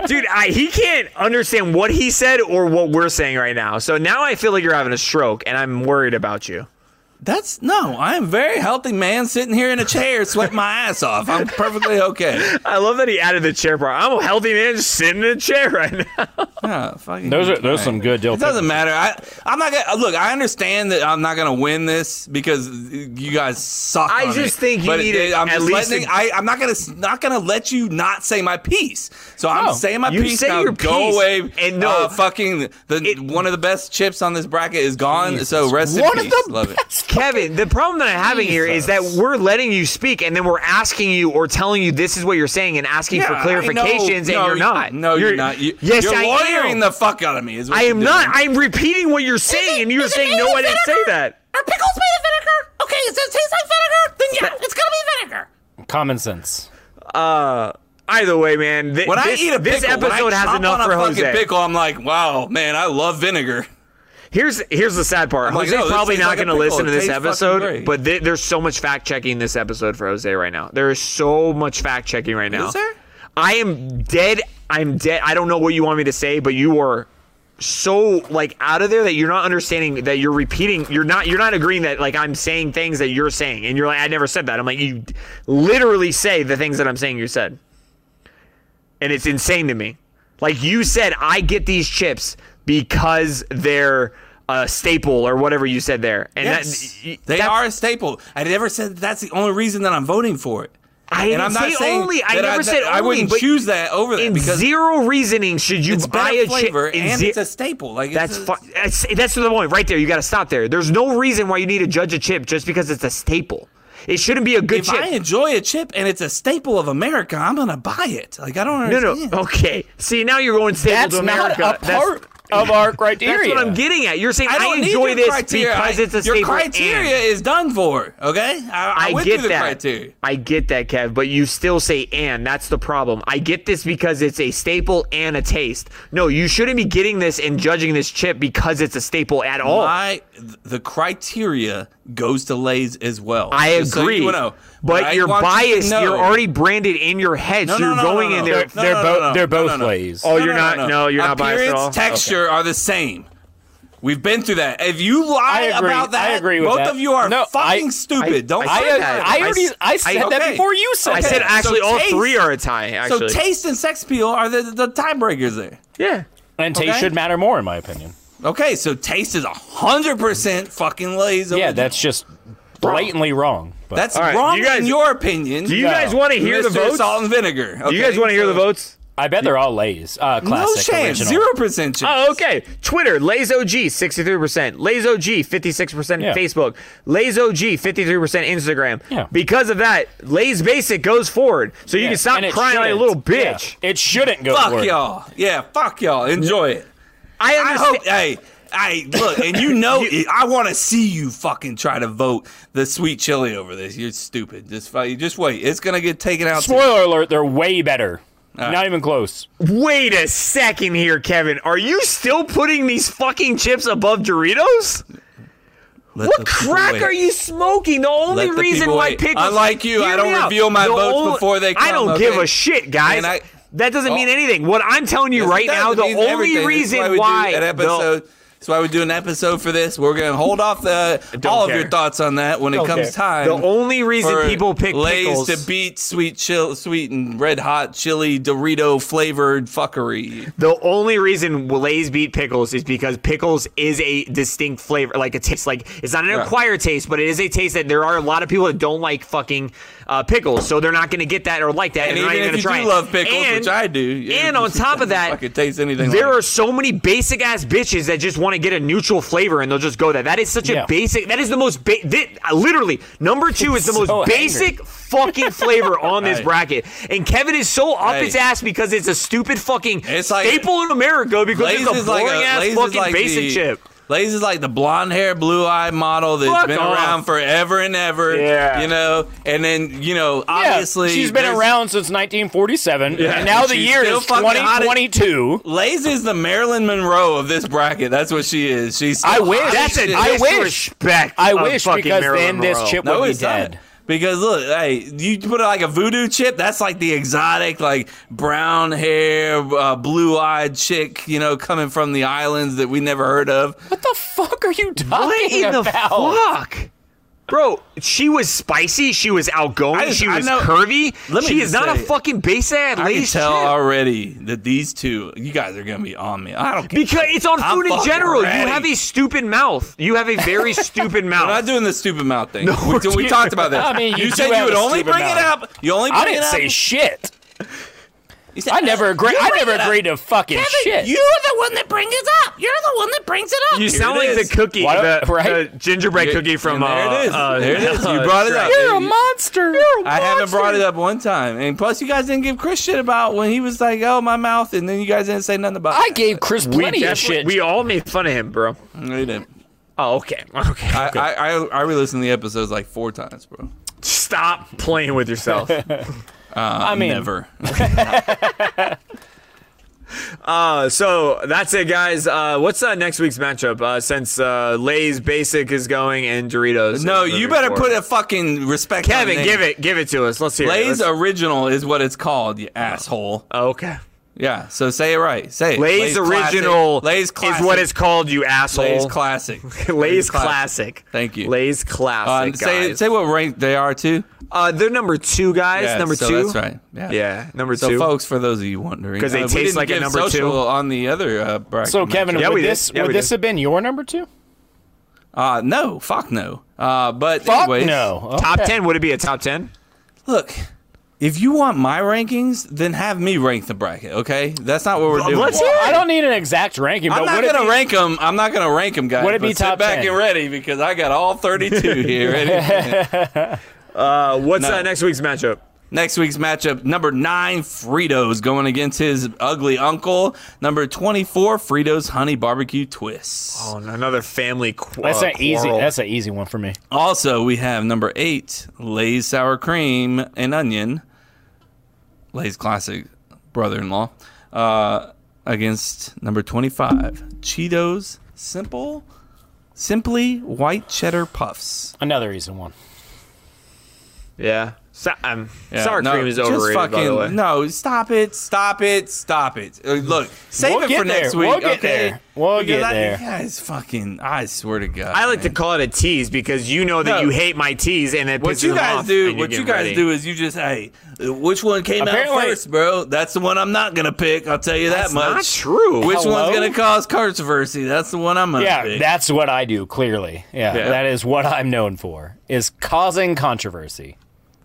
S2: you, dude, I, he can't understand what he said or what we're saying right now. So now I feel like you're having a stroke, and I'm worried about you.
S1: That's no. I am a very healthy man sitting here in a chair, sweating my ass off. I'm perfectly okay.
S2: I love that he added the chair part. I'm a healthy man just sitting in a chair right now.
S1: Yeah, fucking-
S3: Those are- those are some good dill
S1: It doesn't
S3: pickles.
S1: matter. I I'm not gonna look. I understand that I'm not gonna win this because you guys suck.
S2: I
S1: on
S2: just
S1: it.
S2: think you
S1: But
S2: need
S1: it-
S2: to
S1: I'm
S2: at
S1: just
S2: least
S1: letting.
S2: a-
S1: I I'm not gonna not gonna let you not say my piece. So I'm
S3: No,
S1: saying my
S2: you
S1: piece.
S2: say
S1: now
S2: your
S1: go
S2: piece,
S1: away
S2: and no-
S1: uh, fucking the
S2: It-
S1: one of the best chips on this bracket is gone. so rest
S3: One
S1: in
S3: of
S1: peace.
S3: the
S1: Love it.
S2: Kevin, the problem that I'm having here is that
S1: Jesus.
S2: we're letting you speak, and then we're asking you or telling you this is what you're saying and asking
S1: I
S2: for
S1: know- no,
S2: clarifications, and you're not.
S1: No, you're, not. You,
S2: yes,
S1: you're
S2: I
S1: lawyering
S2: am.
S1: the fuck out of me. Is what
S2: I
S1: you're
S2: am not.
S1: doing.
S2: I'm repeating what you're saying, and you're saying no. I didn't say that.
S1: Are pickles made of vinegar? Okay, does it taste like vinegar? Then yeah, it's gonna be vinegar.
S3: Common sense.
S2: Either way, man. Th-
S1: When
S2: this,
S1: I eat a
S2: this
S1: pickle, when I
S2: episode has
S1: chomp
S2: enough
S1: on
S2: for
S1: a fucking
S2: Jose.
S1: pickle, I'm like, wow, man, I love vinegar.
S2: Here's here's the sad part.
S1: like,
S2: Jose's
S1: no, this
S2: probably
S1: tastes
S2: not
S1: like a
S2: going to
S1: pickle.
S2: listen to
S1: It
S2: this
S1: tastes fucking
S2: episode,
S1: great.
S2: but th- there's so much fact checking this episode for Jose right now. There is so much fact checking right now.
S1: Is there?
S2: I am dead. I'm dead. I don't know what you want me to say, but you are so like out of there that you're not understanding that you're repeating. You're not. You're not agreeing that like I'm saying things that you're saying, and you're like, I never said that. I'm like, you literally say the things that I'm saying you said, and it's insane to me. Like you said, I get these chips because they're a staple or whatever you said there. And
S1: Yes,
S2: that,
S1: they
S2: that's-
S1: are a staple. I never said that's the only reason that I'm voting for it.
S2: I
S1: and
S2: didn't
S1: I'm not
S2: say
S1: saying
S2: only. I
S1: that
S2: never
S1: that
S2: said
S1: I
S2: only,
S1: wouldn't
S2: but
S1: choose that over that
S2: in
S1: because
S2: zero reasoning should you
S1: it's
S2: buy
S1: better
S2: a
S1: flavor
S2: chip. in
S1: and
S2: ze-
S1: it's a staple. Like it's
S2: that's
S1: a-
S2: fu- that's that's the point right there. You got to stop there. There's no reason why you need to judge a chip just because it's a staple. It shouldn't be a good
S1: If
S2: chip.
S1: I enjoy a chip and it's a staple of America, I'm gonna buy it. Like I don't
S2: no,
S1: understand.
S2: no. Okay. See, now you're going staple
S3: That's
S2: to
S3: not
S2: America.
S3: a
S2: That's-
S3: part of our criteria.
S2: That's what I'm getting at. You're saying
S1: I
S2: I,
S1: don't
S2: enjoy
S1: need your
S2: this
S1: criteria.
S2: because
S1: I-
S2: it's a
S1: your
S2: staple.
S1: criteria
S2: and.
S1: is done for. Okay, I, I,
S2: I
S1: went
S2: get
S1: through the
S2: that.
S1: criteria.
S2: I get that, Kev, but you still say and. That's the problem. I get this because it's a staple and a taste. No, you shouldn't be getting this and judging this chip because it's a staple at all.
S1: My th- the criteria goes to Lay's as well.
S2: I
S1: Just so
S2: agree.
S1: you know.
S2: but
S1: I
S2: you're
S1: want you to
S2: biased.
S1: know.
S2: You're already branded in your head,
S1: No,
S2: so
S1: no,
S2: you're
S1: no, no,
S2: going
S1: no,
S2: in
S1: no.
S2: there.
S1: No,
S3: they're
S1: no,
S3: both
S1: no, no.
S3: they're both
S1: No, no, no.
S3: ways.
S2: Oh, you're not. No, you're not biased at
S1: Appearance,
S2: all.
S1: texture are the same. We've been through that. If you lie
S3: I agree.
S1: about that,
S3: I agree with
S1: both
S3: that.
S1: of you are
S3: No,
S1: fucking
S3: I-
S1: stupid. Don't
S2: I
S1: say
S2: said
S1: that.
S2: that.
S3: I, I already I
S2: I-
S3: said that
S1: okay.
S3: before you said.
S2: I said
S3: that.
S2: actually
S1: so
S2: all
S1: taste-
S2: three are a tie. Actually,
S1: So taste and sex appeal are the, the tiebreakers there.
S2: yeah.
S3: and taste
S1: okay.
S3: should matter more, in my opinion.
S1: Okay, so taste is hundred percent fucking Lay's.
S3: Yeah,
S1: original.
S3: that's just blatantly wrong. But
S1: that's
S2: All right,
S1: wrong
S2: do you guys-
S1: in your opinion.
S2: Do you
S3: No.
S2: guys want to hear the
S1: Mr.
S2: votes?
S1: Salt and vinegar.
S2: Do you guys
S1: okay?
S2: want to hear the
S1: So-
S2: votes?
S3: I bet they're all lays. Uh,
S1: No
S3: classic,
S1: chance.
S3: original.
S1: Zero percent chance.
S2: Oh, okay. Twitter, Lays OG, 63%. Lays OG, 56%.
S3: Yeah.
S2: Facebook, Lays OG, 53%. Instagram.
S3: Yeah.
S2: Because of that, Lays Basic goes forward. So you
S3: Yeah,
S2: can stop
S3: and it
S2: crying like a
S3: shouldn't.
S2: little
S3: Yeah,
S2: bitch.
S3: It shouldn't go.
S1: Fuck
S3: forward.
S1: y'all. Yeah, fuck y'all. Enjoy it.
S2: I
S1: I
S2: understand.
S1: hope. Hey, hey, look, and you know, it, I want to see you fucking try to vote the sweet chili over this. You're stupid. Just fight. Just wait. It's gonna get taken out. soon.
S3: Spoiler alert: They're way better.
S2: Uh,
S3: Not even close.
S2: Wait a second here, Kevin. Are you still putting these fucking chips above Doritos?
S1: Let the
S2: What
S1: people
S2: crack
S1: wait.
S2: are you smoking? The
S1: Let
S2: only
S1: the
S2: reason
S1: people
S2: why
S1: wait.
S2: pickles.
S1: Unlike you,
S2: Hear
S1: I don't
S2: me out.
S1: reveal my
S2: The
S1: votes
S2: only-
S1: before they
S2: I don't
S1: come,
S2: give
S1: okay?
S2: a shit, guys.
S1: And I-
S2: that doesn't mean
S1: Oh.
S2: anything. What I'm telling you
S1: Yes, it
S2: right
S1: does.
S2: now,
S1: It
S2: the
S1: means
S2: only
S1: everything. That's
S2: reason
S1: we do
S2: why
S1: an
S2: the-
S1: episode. That's why we do an episode for this. We're gonna hold off the
S2: don't
S1: all
S2: care.
S1: of your thoughts on that when it
S2: Don't
S1: comes
S2: care.
S1: time.
S2: The only reason
S1: for
S2: people pick
S1: Lay's
S2: pickles-
S1: to beat sweet chill, sweet and red hot chili Dorito flavored fuckery.
S2: The only reason Lay's beat pickles is because pickles is a distinct flavor, like a taste. Like it's not an
S1: Yeah.
S2: acquired taste, but it is a taste that there are a lot of people that don't like fucking uh, pickles, so they're not going to get that or like that,
S1: And
S2: and, they're not
S1: even
S2: even
S1: if
S2: going
S1: you
S2: to try
S1: do
S2: it.
S1: love pickles,
S2: And-
S1: which I do, yeah,
S2: and on top of that,
S1: I could taste anything.
S2: There
S1: like
S2: are so many basic ass bitches that just want to get a neutral flavor and they'll just go that. That is such
S3: Yeah.
S2: a basic. That is the most ba- thi- uh, literally number two is the
S3: So
S2: most
S3: angry.
S2: basic fucking flavor on this
S1: Hey.
S2: bracket. And Kevin is so up
S1: Hey.
S2: his ass because it's a stupid fucking
S1: It's like-
S2: staple in America because
S1: Lay's
S2: it's a
S1: is like
S2: boring
S1: a-
S2: ass
S1: Lay's is
S2: fucking
S1: like
S2: basic
S1: the-
S2: chip.
S1: Lay's is like the blonde hair, blue eye model that's
S2: Fuck
S1: been
S2: off.
S1: around forever and ever.
S2: Yeah.
S1: You know, and then, you know, obviously.
S3: yeah, she's been
S1: there's-
S3: around since 1947, and now the
S1: She's
S3: year
S1: still
S3: is
S1: fucking hot as-
S3: 2022.
S1: Lay's is the Marilyn Monroe of this bracket. That's what she is. She's.
S3: I wish.
S1: hot as
S3: That's
S1: shit.
S3: an- I wish.
S2: Disrespect
S3: I
S2: of
S3: wish
S2: fucking
S3: because
S2: Marilyn
S3: then this
S2: Monroe.
S3: chip
S1: No,
S3: would be
S1: it's not.
S3: dead.
S1: Because look, hey, you put like a voodoo chip. That's like the exotic, like brown hair, uh, blue eyed chick. You know, coming from the islands that we never heard of.
S3: What the fuck are you talking
S2: What in the
S3: about?
S2: fuck? Bro, she was spicy. She was outgoing.
S1: I just-
S2: she
S1: I
S2: was
S1: know-
S2: curvy.
S1: Let me
S2: She is
S1: just
S2: not a
S1: say-
S2: fucking base ad.
S1: I can
S2: lady's
S1: tell
S2: chip.
S1: already that these two, you guys are gonna be on me. I don't. care.
S2: Because it's on
S1: I'm
S2: food in
S1: fucking
S2: general. You
S1: ready.
S2: have a stupid mouth. You have a very stupid mouth.
S1: We're not doing the stupid mouth thing.
S2: No,
S1: we,
S2: we're
S1: we
S2: doing-
S1: talked about this.
S3: I mean, you
S1: you
S3: do
S1: said
S3: have
S1: you would
S3: a
S1: only
S3: stupid
S1: bring it
S3: mouth.
S1: up. You only. Bring
S3: I didn't
S1: it up.
S3: say shit.
S1: You said-
S3: I never agree.
S1: You
S3: I
S1: bring
S3: never
S1: it up.
S3: agreed to fucking shit.
S1: You're the one that brings it up. You're the one that brings it up.
S2: you sound like the cookie,
S3: Why
S2: the,
S3: don't- right?
S2: the gingerbread cookie from.
S1: And there it is.
S2: uh,
S1: there it is.
S2: uh,
S1: You brought it up.
S3: You're a monster. You're a
S1: I haven't brought it up one time, and plus, you guys didn't give Chris shit about when he was like, "Oh, my mouth," and then you guys didn't say nothing about.
S3: I
S1: it.
S3: gave Chris
S2: We,
S3: plenty of
S2: definitely-
S3: shit.
S2: we all made fun of him, bro.
S1: No, you didn't.
S2: Oh, okay. Okay.
S1: I, I, I, I re-listened to the episodes like four times, bro.
S2: Stop playing with yourself.
S3: I mean,
S1: Never.
S2: Uh, so that's it, guys. Uh, what's uh, next week's matchup? Uh, since uh, Lay's Basic is going and Doritos.
S1: no,
S2: is
S1: you
S2: moving
S1: better
S2: forward.
S1: put a fucking respect. on the
S2: Kevin,
S1: name.
S2: give it, give it to us. Let's Oh. hear
S1: Blaze
S2: it. Let's-
S1: Original is what it's called, you asshole.
S2: oh, okay.
S1: Yeah, so say it right. Say it.
S2: Lay's,
S1: Classic.
S2: original
S1: Lay's classic.
S2: is what it's called, you asshole.
S1: Lay's classic.
S2: Lay's classic.
S1: Thank you.
S2: Lay's
S1: Uh,
S2: classic.
S1: say
S2: guys.
S1: say what rank they are too.
S2: Uh, they're number two, guys.
S1: Yeah,
S2: number
S1: so
S2: two.
S1: That's right. Yeah.
S2: Yeah, number
S1: So,
S2: two.
S1: folks, for those of you wondering, uh,
S2: 'Cause they
S1: we
S2: taste
S1: didn't
S2: like a
S1: give
S2: number two.
S1: social on the other uh, bracket.
S3: So Kevin,
S2: Yeah, we
S3: would
S2: did.
S3: this
S2: Yeah,
S3: would
S2: we
S3: this
S2: did.
S3: have been your number two?
S1: uh, no, fuck no. Uh, but
S3: Fuck
S1: anyways,
S3: no. Okay.
S2: Top ten? Would it be a top ten?
S1: Look, if you want my rankings, then have me rank the bracket. Okay, that's not what we're doing.
S2: let's
S3: Well, I don't need an exact ranking, but
S1: I'm not
S3: would it
S1: gonna
S3: be-
S1: rank them. I'm not gonna rank them, guys.
S3: Would it be
S1: but sit
S3: top
S1: back
S3: 10?
S1: and ready because I got all 32 here. Ready?
S2: Uh, what's
S1: No.
S2: uh, next week's matchup?
S1: Next week's matchup, number nine, Fritos going against his ugly uncle. Number 24, Fritos Honey Barbecue Twists.
S2: Oh, another family. Qu-
S3: That's
S2: uh,
S3: an easy.
S2: quarrel.
S3: That's an easy one for me.
S1: Also, we have number eight, Lay's sour cream and onion. Lay's classic brother-in-law uh, against number twenty-five, Cheetos simple, simply white cheddar puffs.
S3: Another easy one.
S2: yeah. So, um,
S1: Yeah,
S2: sour
S1: no,
S2: cream is
S1: just
S2: overrated. by the
S1: fucking-
S2: way.
S1: No, stop it! Stop it! Stop it! Uh, Look, save
S3: We'll
S1: it
S3: get
S1: for next
S3: there,
S1: week.
S3: we'll get
S1: okay,
S3: there, we'll
S1: Because
S3: get
S1: I-
S3: there.
S1: Guys, fucking, I swear to God,
S2: I like
S1: man.
S2: to call it a tease because you know that
S1: No.
S2: you hate my tease, and it
S1: What
S2: pisses
S1: you
S2: them
S1: guys
S2: off
S1: do,
S2: and
S1: what
S2: get
S1: you guys
S2: ready.
S1: do is you just, hey, uh, which one came
S3: Apparently-
S1: out first, bro? That's the one I'm not gonna pick. I'll tell you
S2: That's
S1: that much.
S2: not true.
S1: Which
S3: Hello?
S1: one's gonna cause controversy? That's the one I'm gonna
S3: Yeah,
S1: pick.
S3: that's what I do. Clearly, yeah,
S2: Yeah.
S3: that is what I'm known for is causing controversy.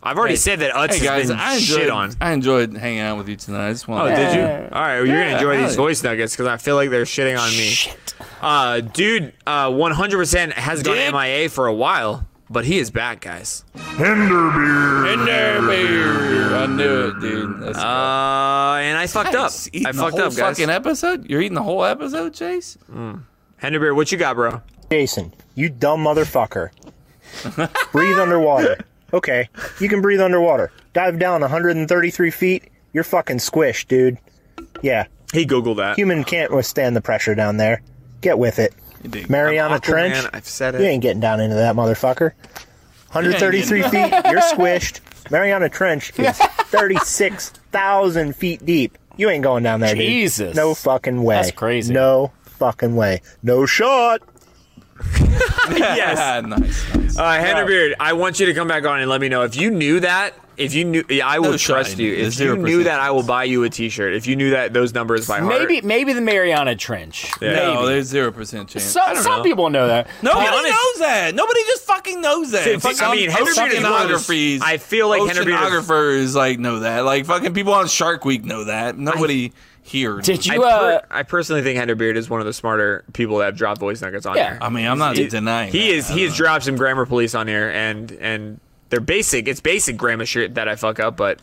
S2: I've already said that Utz
S1: hey guys,
S2: has been
S1: I enjoyed,
S2: shit on.
S1: I enjoyed hanging out with you tonight. I just
S2: Oh,
S1: wanted
S2: did you? All right, well, you're gonna
S1: Yeah,
S2: enjoy
S1: hell
S2: these
S1: yeah.
S2: voice nuggets because I feel like they're shitting on me. Uh, dude, uh, 100% has gone
S1: Dude.
S2: MIA for a while, but he is back, guys.
S1: I knew it, dude. That's
S2: Uh, and I fucked up.
S1: Guys, eating
S2: I
S1: the
S2: fucked
S1: whole
S2: up, guys.
S1: Fucking e- episode? You're eating the whole episode, Chase?
S2: Henderbeer, what you got, bro?
S10: Jason, you dumb motherfucker. breathe underwater. Okay, you can breathe underwater. Dive down 133 feet. You're fucking squished, dude. Yeah,
S2: He googled that.
S10: human can't withstand the pressure down there. Get with it. Mariana
S2: Aquaman,
S10: Trench,
S2: I've said
S10: you
S2: it.
S10: ain't getting down into that motherfucker. 133 feet, you're squished. Mariana Trench is 36,000 feet deep. You ain't going down there, dude.
S3: Jesus.
S10: No fucking way.
S3: That's crazy.
S10: No fucking way. No shot.
S1: yes. Ah, nice. nice.
S2: Uh, Henderbeard, I want you to come back on and let me know if you knew that. If you knew, yeah, I will
S1: No shot,
S2: trust you.
S1: it's
S2: If you
S1: 0%.
S2: knew that, I will buy you a T-shirt. If you knew that those numbers by heart,
S3: Maybe, maybe the Mariana Trench.
S2: Yeah.
S1: No, there's zero percent chance. I
S3: Some,
S1: don't
S3: some
S1: know.
S3: people know that.
S1: Nobody
S2: To be honest-
S1: knows that. Nobody just fucking knows that.
S2: See,
S1: Fucking
S2: I
S1: ocean-
S2: mean, Henry Beard is one of those-
S1: oceanographers-
S2: I feel like Henry Beard
S1: oceanographers
S2: is-
S1: like know that. Like fucking people on Shark Week know that. Nobody here.
S3: Did
S2: I,
S3: you?
S2: per-
S3: uh,
S2: I personally think Henderbeard is one of the smarter people that have dropped voice nuggets on
S3: Yeah.
S2: there.
S1: I mean, I'm not denying.
S2: He
S1: that.
S2: is. He has dropped some grammar police on here, and and they're basic. It's basic grammar shit that I fuck up, but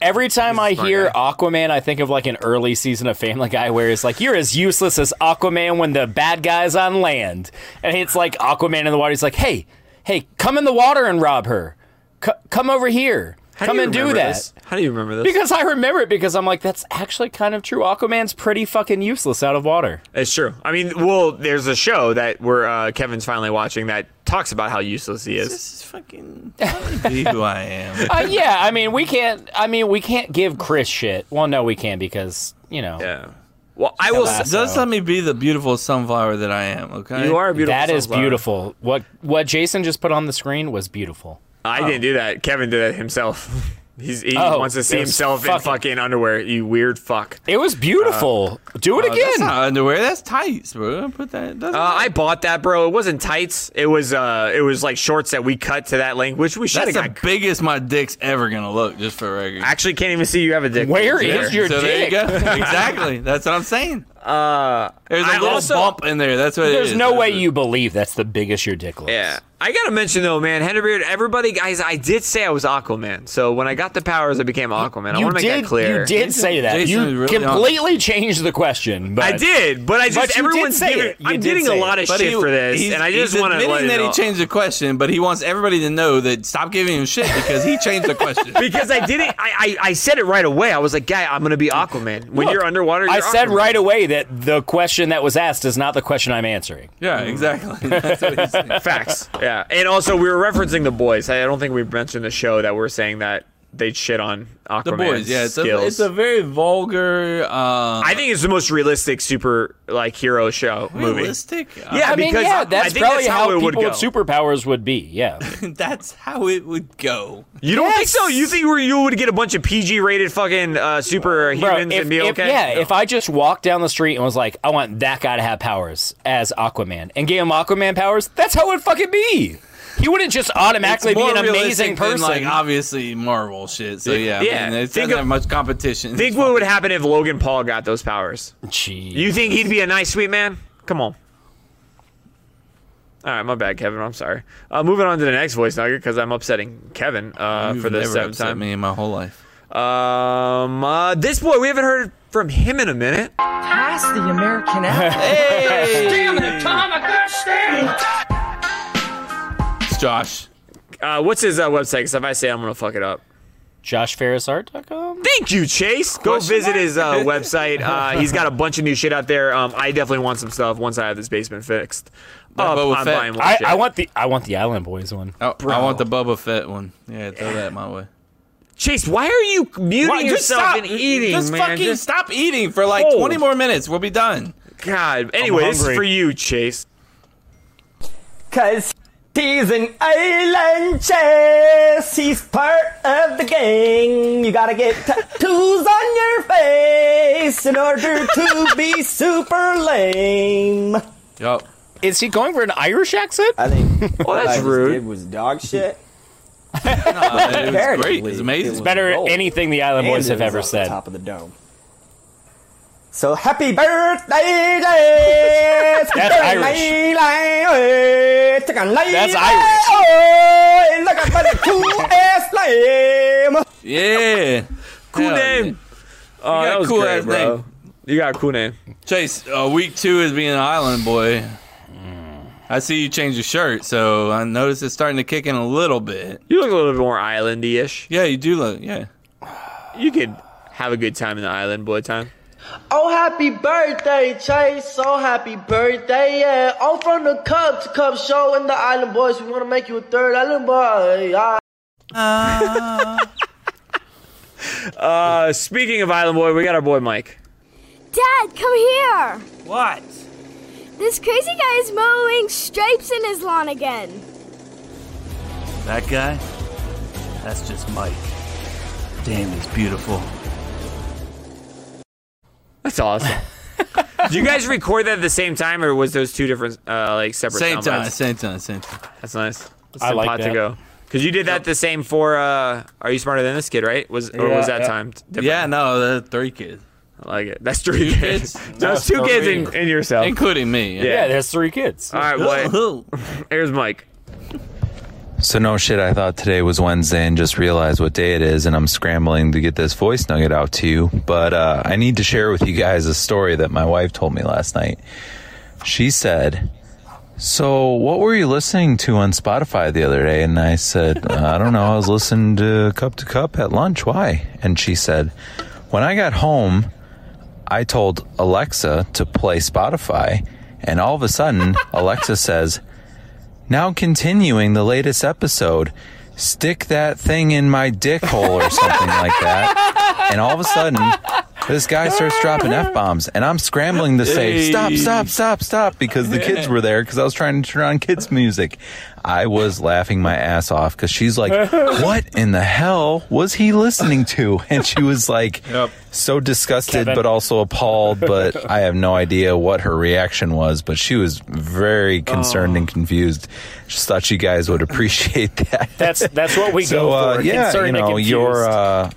S3: Every time I
S2: smart
S3: hear
S2: guy.
S3: Aquaman, I think of like an early season of Family Guy where it's like, you're as useless as Aquaman when the bad guy's on land. And it's like Aquaman in the water. He's like, hey, hey, come in the water and rob her. C- come over here.
S2: how
S3: come
S2: do you
S3: and do
S2: remember
S3: that.
S2: this? How do you remember this?
S3: Because I remember it because I'm like, that's actually kind of true. Aquaman's pretty fucking useless out of water.
S2: it's true. I mean, well, there's a show that we're uh, Kevin's finally watching that talks about how useless he is.
S1: This is fucking. let me be who I am.
S3: Uh, yeah, I mean, we can't, I mean, we can't give Chris shit. Well, no, we can't because, you know,
S2: Yeah. Well, I will.
S3: Alas.
S2: s-
S1: Just let me be the beautiful sunflower that I am. Okay.
S2: You are a beautiful.
S3: that is
S2: sunflower.
S3: beautiful. What, what Jason just put on the screen was beautiful.
S2: I didn't do that. Kevin did that himself. He's, he
S3: Oh,
S2: wants to see
S3: it was
S2: himself in
S3: fucking-
S2: fucking underwear. You weird fuck.
S3: It was beautiful.
S2: Uh,
S3: Do it
S1: Oh, that's
S3: again.
S1: not underwear. That's tights, bro. Put that. Doesn't
S2: Uh, I bought that, bro. It wasn't tights. It was uh, it was like shorts that we cut to that length, which we should
S1: that's
S2: have
S1: the
S2: got.
S1: biggest my dick's ever gonna look. Just for record.
S2: I actually can't even see you have a dick.
S3: Where is
S2: There.
S3: your
S1: so there you
S3: dick?
S1: go. exactly. That's what I'm saying.
S2: Uh,
S1: There's a
S2: I
S1: little
S2: also-
S1: bump in there. That's what it
S3: There's
S1: is.
S3: no
S1: That's
S3: way
S1: it.
S3: you believe that's the biggest your dick looks.
S2: yeah. I gotta mention though, man, Henderbeard. Everybody, guys, I did say I was Aquaman. So when I got the powers, I became Aquaman. I
S3: You
S2: want to make
S3: did.
S2: that clear.
S3: You did say that.
S1: Jason is
S3: you
S1: really on.
S3: completely changed the question. But
S2: I did, but I just
S3: But you did
S2: everyone's
S3: say
S2: giving-
S3: it. You
S2: I'm
S3: did
S2: getting a
S3: say it.
S2: lot of
S1: But
S2: shit
S1: he-
S2: for this,
S1: he's-
S2: and I just
S1: he's
S2: want to let
S1: admitting
S2: you
S1: that
S2: know.
S1: he changed the question, but he wants everybody to know that stop giving him shit because he changed the question.
S2: because I didn't. I, I, I said it right away. I was like, "Guy, I'm gonna be Aquaman." When
S3: Look,
S2: you're underwater,
S3: I
S2: you're
S3: said
S2: Aquaman.
S3: right away that the question that was asked is not the question I'm answering.
S1: yeah, exactly. That's what he's saying.
S2: Facts. Yeah, and also we were referencing the boys. I I don't think we mentioned the show that we're saying that they shit on Aquaman's
S1: the boys. Yeah, it's a,
S2: skills.
S1: it's a very vulgar. Uh,
S2: I think it's the most realistic super like hero show
S1: Realistic? uh,
S2: movie. Yeah,
S3: I mean,
S2: because
S3: yeah,
S2: I-
S3: that's
S2: I think
S3: probably
S2: that's
S3: how,
S2: how, it would
S3: people
S2: go.
S3: with superpowers would be. Yeah,
S1: that's how it would go.
S2: you don't think so? You think we- you would get a bunch of PG rated fucking uh,
S3: Bro,
S2: superhumans
S3: if-
S2: and be
S3: if-
S2: okay?
S3: yeah, if I just walked down the street and was like, I want that guy to have powers as Aquaman and gave him Aquaman powers, that's how it would fucking be. He wouldn't just automatically
S1: It's
S3: be
S1: more
S3: an amazing
S1: realistic than,
S3: person.
S1: like obviously Marvel shit. So yeah,
S2: Yeah,
S1: I mean, it doesn't
S2: think of-
S1: have much competition.
S2: Think what would happen if Logan Paul got those powers?
S3: Jeez.
S2: You think he'd be a nice, sweet man? Come on. All right, my bad, Kevin. I'm sorry. Uh, moving on to the next voice nugget because I'm upsetting Kevin uh,
S1: You've
S2: for the
S1: never
S2: seventh
S1: upset
S2: time.
S1: me in my whole life.
S2: Um, uh, this boy, we haven't heard from him in a minute.
S11: Pass the American out.
S2: Hey,
S11: Tom, I got
S1: it's Josh.
S2: Uh, what's his uh, website? Because if I say it, I'm gonna fuck it up.
S3: JoshFerrisArt.com?
S2: Thank you, Chase. Go visit his uh, website. Uh, he's got a bunch of new shit out there. Um, I definitely want some stuff once I have this basement fixed. Uh,
S1: Boba
S2: I'm
S1: Fett.
S2: buying more
S3: I,
S2: shit.
S3: I want the I want the Island Boys one.
S1: Oh, I want the Boba Fett one. Yeah, throw that my way.
S2: Chase, why are you muting
S1: Why-
S2: yourself
S1: just stop
S2: and eating,
S1: Just
S2: man?
S1: fucking
S2: Just-
S1: stop eating for like
S2: Hold.
S1: 20 more minutes. We'll be done.
S2: God. Anyway, this is
S3: hungry.
S2: for you, Chase.
S11: Cause he's an island chess. He's part of the gang. You gotta get tattoos on your face in order to be super lame.
S1: Yup.
S3: Is he going for an Irish accent?
S11: I think
S2: Well, that's rude.
S11: was dog shit.
S1: Uh, It was great. It was amazing.
S3: Better anything the Island Boys have ever said.
S11: of the dome. So happy birthday, That's
S3: Irish. That's Irish.
S11: Oh, look at the cool ass flame.
S1: Yeah.
S2: Cool
S1: Hell yeah.
S2: name. Oh,
S1: You got
S2: that
S1: a
S2: was
S1: cool
S2: great,
S1: ass
S2: bro.
S1: name.
S2: You got a cool name.
S1: Chase, uh, week two is being an island boy. I see you change your shirt, so I notice it's starting to kick in a little bit.
S2: You look a little bit more islandy-ish.
S1: Yeah, you do look. Yeah.
S2: You could have a good time in the island, boy. Time.
S11: Oh, happy birthday, Chase. Oh, happy birthday, yeah. Oh, from the Cup to Cup show in the Island Boys. We want to make you a third Island Boy. Ah.
S2: Uh, speaking of island boy, we got our boy Mike.
S8: Dad, come here.
S1: What?
S8: This crazy guy is mowing stripes in his lawn again.
S1: That guy? That's just Mike. Damn, he's beautiful.
S2: That's awesome. Did you guys record that at the same time, or was those two different, uh, like separate?
S1: Same
S2: sound
S1: time,
S2: bites?
S1: same time, same time.
S2: That's nice. That's
S3: I like
S2: pot to
S3: that.
S2: go. Cause you did that the same for uh, "Are You Smarter Than This Kid?" Right? Was or was
S3: Yeah,
S2: that
S3: yeah.
S2: time t- different?
S1: Yeah, no, the three kids,
S2: I like it. That's three
S1: Two
S2: kids.
S1: kids?
S2: That's two kids and, and yourself.
S1: including me.
S2: Yeah.
S3: Yeah, there's three kids.
S2: All right, boy.
S1: Ooh.
S2: Here's Mike.
S12: So no shit, I thought today was Wednesday and just realized what day it is and I'm scrambling to get this voice nugget out to you. But uh, I need to share with you guys a story that my wife told me last night. She said, so what were you listening to on Spotify the other day? And I said, I don't know. I was listening to Cup to Cup at lunch. Why? And she said, when I got home, I told Alexa to play Spotify. And all of a sudden, Alexa says, now continuing the latest episode, stick that thing in my dick hole or something like that. And all of a sudden, this guy starts dropping F bombs. And I'm scrambling to say, stop, stop, stop, stop, because the kids were there because I was trying to turn on kids' music. I was laughing my ass off because she's like, what in the hell was he listening to? And she was like, so disgusted,
S3: Kevin.
S12: but also appalled. But I have no idea what her reaction was. But she was very concerned
S3: Oh.
S12: and confused. Just thought you guys would appreciate that.
S3: That's that's what we
S12: so
S3: go
S12: uh,
S3: for.
S12: yeah,
S3: concerned
S12: you
S3: and
S12: know
S3: confused.
S12: your uh,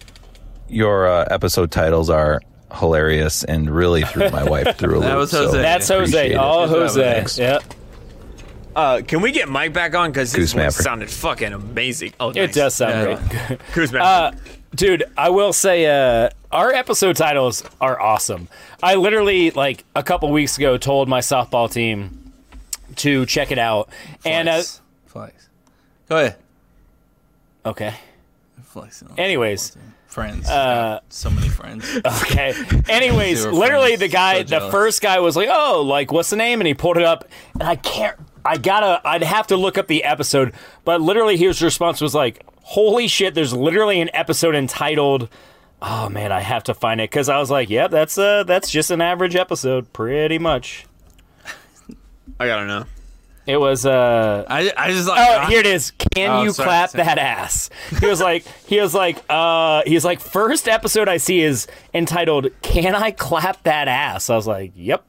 S12: your uh, episode titles are hilarious and really threw my wife through a loop.
S1: That was
S12: so
S1: Jose.
S3: that's Jose. Oh,
S12: appreciate it.
S3: All
S1: Good job,
S3: Jose.
S1: Alex.
S3: Yep.
S2: Uh, can we get Mike back on? Cause his
S12: Goose
S2: voice
S12: Mapper.
S2: sounded fucking amazing. Oh,
S3: It
S2: nice.
S3: does sound Uh,
S1: Yeah.
S3: great.
S2: Goose Mapper.
S3: Dude, I will say uh, our episode titles are awesome. I literally, like, a couple weeks ago told my softball team to check it out. And, uh,
S1: Flex. Flex. Go ahead.
S3: okay.
S1: Flex.
S3: Anyways,
S1: friends. Uh, so many friends.
S3: okay. Anyways,
S1: They were
S3: literally
S1: friends.
S3: the guy,
S1: So
S3: the
S1: jealous.
S3: first guy was like, "Oh, like what's the name?" And he pulled it up, and I can't. I gotta. I'd have to look up the episode, but literally his response was like, Holy shit! There's literally an episode entitled. Oh man, I have to find it because I was like, "Yep, that's uh, that's just an average episode, pretty much."
S2: I gotta know.
S3: It was uh
S1: I, I just
S3: oh here it is. Can
S2: Oh,
S3: you
S2: sorry,
S3: clap
S2: sorry.
S3: that ass? He was like he was like uh he was like first episode I see is entitled Can I clap that ass? I was like yep,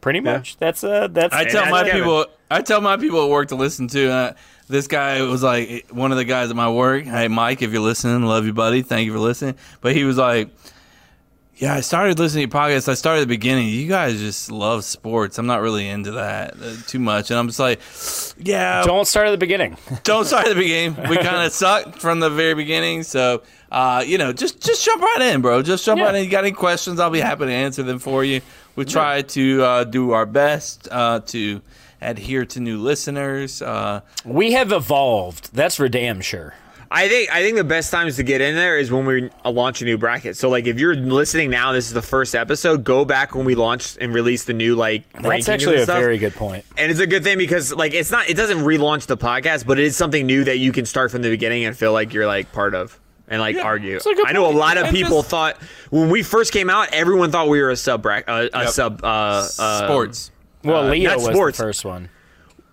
S3: pretty much. That's uh that's
S1: I tell my people. I tell my people at work to listen to. Uh, this guy was like one of the guys at my work. Hey, Mike, if you're listening, love you, buddy. Thank you for listening. But he was like, "Yeah, I started listening to your podcasts. I started at the beginning. You guys just love sports. I'm not really into that uh, too much." And I'm just like, "Yeah,
S3: don't start at the beginning.
S1: don't start at the beginning. We kind of sucked from the very beginning. So, uh, you know, just just jump right in, bro. Just jump right in. You got any questions? I'll be happy to answer them for you. We try to uh, do our best uh, to adhere to new listeners. Uh,
S3: we have evolved. That's for damn sure.
S2: I think I think the best times to get in there is when we uh, launch a new bracket. So like if you're listening now, this is the first episode. Go back when we launched and released the new like. rankings
S3: That's actually
S2: and
S3: a
S2: stuff.
S3: very good point.
S2: And it's a good thing because like it's not it doesn't relaunch the podcast, but it is something new that you can start from the beginning and feel like you're like part of and like argue.
S1: it's a good
S2: I know a
S1: point.
S2: lot of
S1: And
S2: people
S1: just-
S2: thought when we first came out, everyone thought we were a sub bracket, uh, a
S3: Yep.
S2: sub uh,
S1: Um,
S2: uh,
S1: Sports.
S3: Well,
S2: uh,
S3: Leo
S2: not
S3: was
S2: sports.
S3: the first one.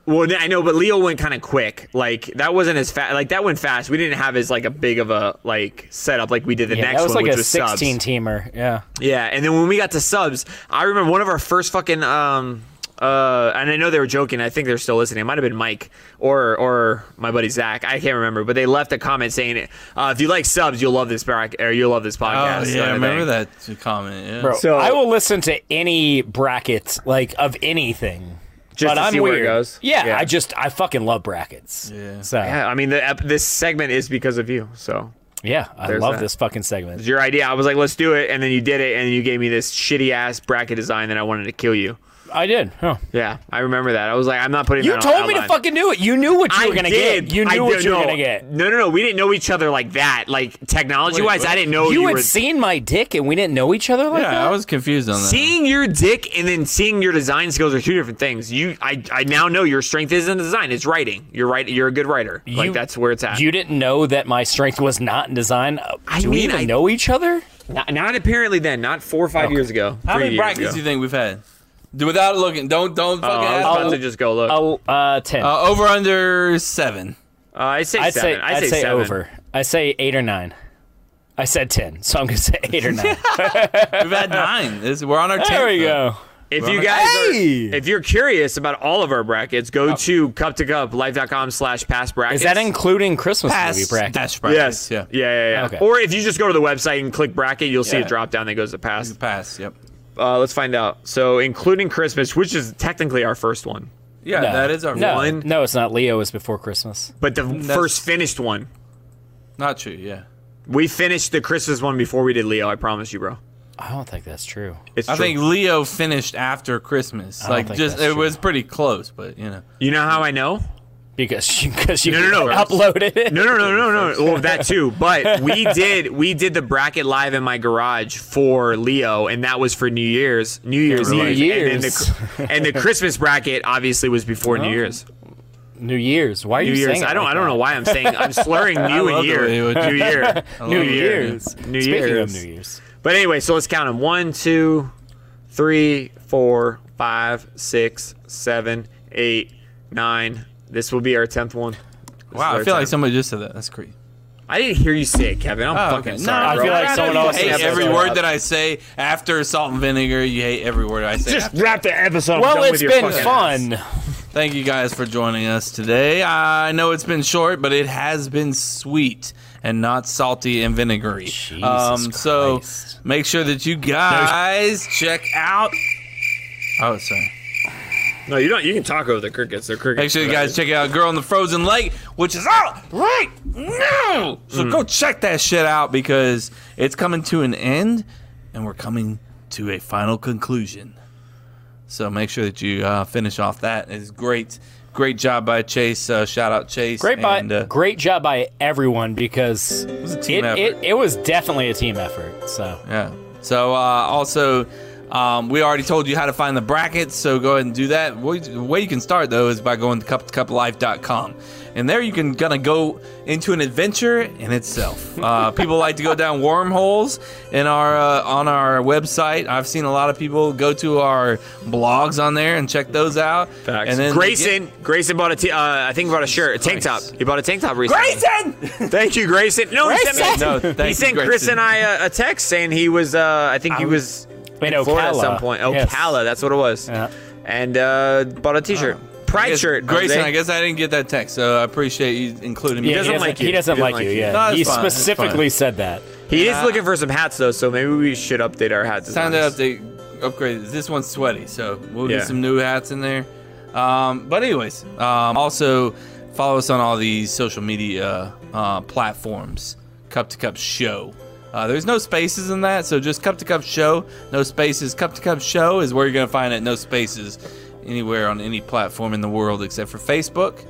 S2: Well, I know, but Leo went kind of quick. Like that wasn't as fast. Like that went fast. We didn't have as like a big of a like setup like we did the
S3: Yeah,
S2: next
S3: that was
S2: one,
S3: like
S2: which
S3: a
S2: was
S3: sixteen
S2: subs.
S3: teamer. Yeah.
S2: Yeah, and then when we got to subs, I remember one of our first fucking um uh and I know they were joking, I think they're still listening. It might have been Mike or or my buddy Zach. I can't remember, but they left a comment saying uh, if you like subs, you'll love this bracket or you'll love this podcast.
S1: oh yeah, I remember that comment. Yeah.
S3: Bro, I will listen to any bracket, like of anything.
S2: Just
S3: but
S2: to
S3: I'm
S2: see where it
S3: weird.
S2: goes?
S3: Yeah,
S2: Yeah.
S3: I just I fucking love brackets. Yeah. So yeah,
S2: Yeah, I mean the ep- this segment is because of you. So
S3: I
S2: There's
S3: love
S2: that.
S3: this fucking segment.
S2: It's your idea. I was like, let's do it, and then you did it, and you gave me this shitty ass bracket design that I wanted to kill you.
S3: I did. Huh.
S2: Yeah, I remember that. I was like, I'm not putting.
S3: You
S2: that
S3: told
S2: on,
S3: me to
S2: online.
S3: fucking do it. You knew what you
S2: I
S3: were gonna
S2: did.
S3: get. You knew
S2: I
S3: what
S2: did-
S3: you were
S2: no.
S3: gonna get.
S2: No, no, no. We didn't know each other like that. Like technology wise,
S3: Wait,
S2: I didn't know
S3: you,
S2: you,
S3: had
S2: were
S3: seen my dick and we didn't know each other like
S1: yeah,
S3: that.
S1: I was confused on that.
S2: seeing your dick and then seeing your design skills are two different things. You, I, I now know your strength isn't design; it's writing. You're right. You're a good writer. like that's where it's at.
S3: You didn't know that my strength was not in design. Uh, Do
S2: I
S3: we
S2: mean,
S3: even
S2: I-
S3: know each other?
S2: not, not apparently then. Not four or five years ago.
S1: How
S2: three
S1: many
S2: years
S1: brackets
S2: ago.
S1: do you think we've had? Do- Without looking, don't don't
S2: Oh,
S1: fucking.
S2: I was
S1: ask
S2: about
S1: me.
S2: to just go look.
S3: Oh, uh, ten.
S1: uh, over under seven.
S2: Uh, I say
S3: I'd
S2: seven.
S3: say
S2: I
S3: I'd
S2: say, seven.
S3: over. I say eight or nine. I said ten, so I'm gonna say eight or nine.
S1: We've had nine. This, we're on our.
S3: there
S1: 10th
S3: we
S1: one.
S3: go.
S2: If
S1: Well,
S2: you guys are, if you're curious about all of our brackets, go
S1: Oh.
S2: to cup to cup life.com slash past brackets.
S3: Is that including Christmas
S1: Pass
S3: movie bracket?
S1: dash brackets.
S2: Yes.
S1: Yeah.
S2: Yeah, yeah, yeah.
S3: Okay.
S2: Or if you just go to the website and click bracket, you'll see
S1: Yeah.
S2: a drop down that goes to past.
S1: Pass. Yep.
S2: Uh, let's find out. So including Christmas, which is technically our first one,
S1: Yeah,
S3: No.
S1: that is our
S3: no,
S1: one.
S3: No, it's not. Leo is before Christmas.
S2: but the first finished one.
S1: Not true. Yeah.
S2: We finished the Christmas one before we did Leo. I promise you, bro.
S3: I don't think that's true.
S2: It's
S1: I
S2: true.
S1: think Leo finished after Christmas.
S3: don't
S1: Like
S3: think
S1: just it
S3: that's true.
S1: was pretty close, but you know.
S2: you know how I know?
S3: Because you, because you
S2: No, no, no.
S3: uploaded it.
S2: No, no, no, no, no. Well, that too. But we did we did the bracket live in my garage for Leo, and that was for New Year's, New Year's,
S3: New
S2: Eve. and, then
S3: Year's.
S2: the, and the Christmas bracket obviously was before New Year's.
S3: New Year's. Why are
S2: New
S3: you
S2: Year's.
S3: saying? it
S2: I don't.
S3: like
S2: I don't know
S3: that?
S2: why I'm saying. I'm slurring New
S1: love
S2: and
S1: the
S2: Year.
S1: way you would-
S2: New Year.
S1: New
S3: New
S1: Year.
S3: Year's.
S2: New
S3: Speaking
S2: Year's.
S3: of New Year's.
S2: But anyway, so let's count them: one, two, three, four, five, six, seven, eight, nine. This will be our tenth one. This is
S1: Wow, I
S2: our
S1: feel like
S2: tenth.
S1: somebody just said that. That's crazy.
S2: I didn't hear you say it, Kevin. I'm
S1: Oh,
S2: fucking
S1: okay.
S2: sorry.
S3: I
S2: bro.
S3: feel like
S1: don't
S3: someone
S1: know.
S3: else
S1: You hate
S3: said
S1: every
S3: that.
S1: word that I say after salt and vinegar. You hate every word I say.
S2: just
S1: after.
S2: wrap the episode. I'm
S3: Well,
S2: done
S3: it's
S2: with your
S3: been
S2: fucking ass.
S3: fun.
S1: Thank you guys for joining us today. I know it's been short, but it has been sweet and not salty and vinegary. Um,
S3: Jesus
S1: so
S3: Christ.
S1: make sure that you guys check out. Oh, sorry.
S2: No, you don't. You can talk over the crickets. They're crickets.
S1: Make sure you guys check out Girl in the Frozen Lake, which is out right now. So go check that shit out because it's coming to an end and we're coming to a final conclusion. So make sure that you uh, finish off that. It's great. Great job by Chase. Uh, shout out Chase.
S3: Great by,
S1: and, uh,
S3: great job by everyone because it
S1: was a team
S3: it,
S1: effort.
S3: It, was definitely a team effort. So
S1: Yeah. So uh, also, um, we already told you how to find the brackets, so go ahead and do that. Way- The way you can start though is by going to cup2cuplife.com. and there you can kind of go into an adventure in itself. Uh, people like to go down wormholes in our uh, on our website. I've seen a lot of people go to our blogs on there and check those out. Facts. And then they
S2: Grayson, Grayson bought a t- uh, I think bought a shirt, a tank top. He bought a tank top recently.
S11: Grayson!
S2: thank you, Grayson. No, he sent, me,
S1: Grayson! No, thank
S2: he
S1: you,
S2: sent Chris
S1: Grayson.
S2: and I a, a text saying he was. Uh, I think he
S1: Um,
S2: was
S1: in
S2: in Florida at
S1: Ocala.
S2: some point. Ocala,
S1: Yes.
S2: that's what it was. And uh, bought a T-shirt,
S1: Oh. I
S2: Pride
S1: guess-
S2: shirt.
S1: Grayson,
S2: Jose.
S1: I guess I didn't get that text, so I appreciate you including me.
S2: He doesn't like you.
S3: He doesn't like you. Yeah,
S1: No, it's
S3: he
S1: fine, it's fine.
S3: specifically said that.
S2: He is
S1: Yeah.
S2: looking for some hats though, so maybe we should update our hats.
S1: It's time to update, upgrade. this. This one's sweaty, so we'll
S2: Yeah.
S1: get some new hats in there. Um, but anyways, um, also follow us on all these social media uh, platforms. Cup to Cup Show. Uh, there's no spaces in that, so just Cup to Cup Show. No spaces. Cup to Cup Show is where you're gonna find it. No spaces anywhere on any platform in the world except for Facebook,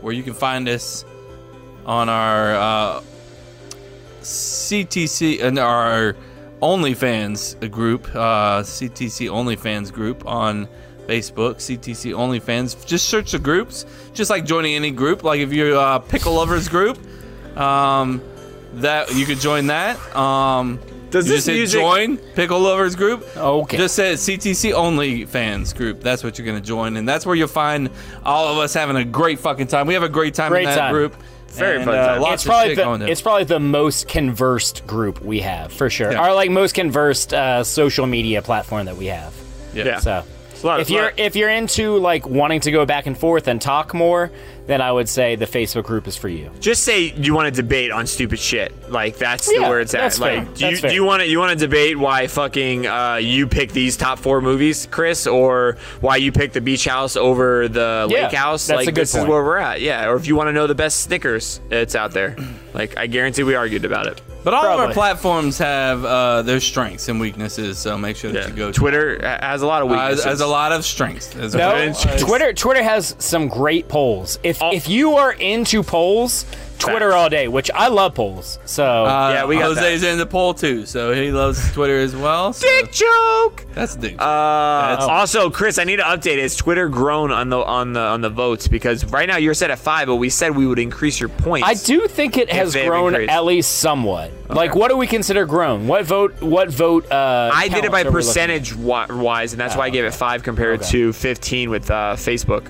S1: where you can find us on our uh, CTC and our OnlyFans group, uh, CTC OnlyFans group on Facebook, CTC OnlyFans. Just search the groups, just like joining any group. Like if you're uh, pickle lovers group, um, that you could join that. Um,
S2: Does
S1: you
S2: this
S1: just hit
S2: music-
S1: join pickle lovers group? Okay. Just says CTC OnlyFans group. That's what you're gonna join, and that's where you'll find all of us having a great fucking time. We have a great time
S3: Great
S1: in that
S3: time.
S1: group. And, uh, lots
S3: it's
S1: of
S3: probably
S1: shit
S3: the,
S1: going down.
S3: it's probably the most conversed group we have for sure.
S1: Yeah.
S3: Our like most conversed uh, social media platform that we have.
S1: Yeah. Yeah.
S3: So
S1: a lot-
S3: if
S1: it's a
S3: you're
S1: lot.
S3: if you're into like wanting to go back and forth and talk more, then I would say the Facebook group is for you.
S2: Just say you want to debate on stupid shit. Like that's
S3: Yeah,
S2: the where it's at.
S3: that's fair.
S2: like, do
S3: That's
S2: you, do you want to you want to debate why fucking uh, you pick these top four movies, Chris, or why you pick the Beach House over the
S3: Yeah,
S2: Lake House?
S3: that's
S2: like
S3: a good
S2: this is
S3: point.
S2: where we're at. Yeah. Or if you want to know the best Snickers, it's out there. Like I guarantee we argued about it.
S1: But all of our
S2: Probably.
S1: platforms have uh, their strengths and weaknesses, so make sure that you go.
S2: Twitter has a lot of
S1: Uh, Has,
S2: weaknesses.
S1: a lot of strengths. Has a
S3: No,
S1: lot of
S3: uh,
S1: strengths.
S3: Twitter Twitter has some great polls. If if you are into polls, Twitter all day, which I love polls. So
S1: Uh, Jose's in the poll too, so he loves Twitter as well. so-
S2: Dick joke.
S1: That's a dick.
S2: Uh,
S3: Oh.
S1: That's-
S2: also, Chris, I need to update. Is Twitter grown on the on the on the votes? Because right now you're set at five, but we said we would increase your points.
S3: I do think it
S2: If
S3: has
S2: they've
S3: grown
S2: increased.
S3: at least somewhat. Like, what do we consider grown? What vote? What vote? Uh,
S2: I did it by
S3: counts are we looking at? Ah,
S2: percentage wi- wise, and that's why I gave it five compared
S3: Okay.
S2: to fifteen with uh, Facebook.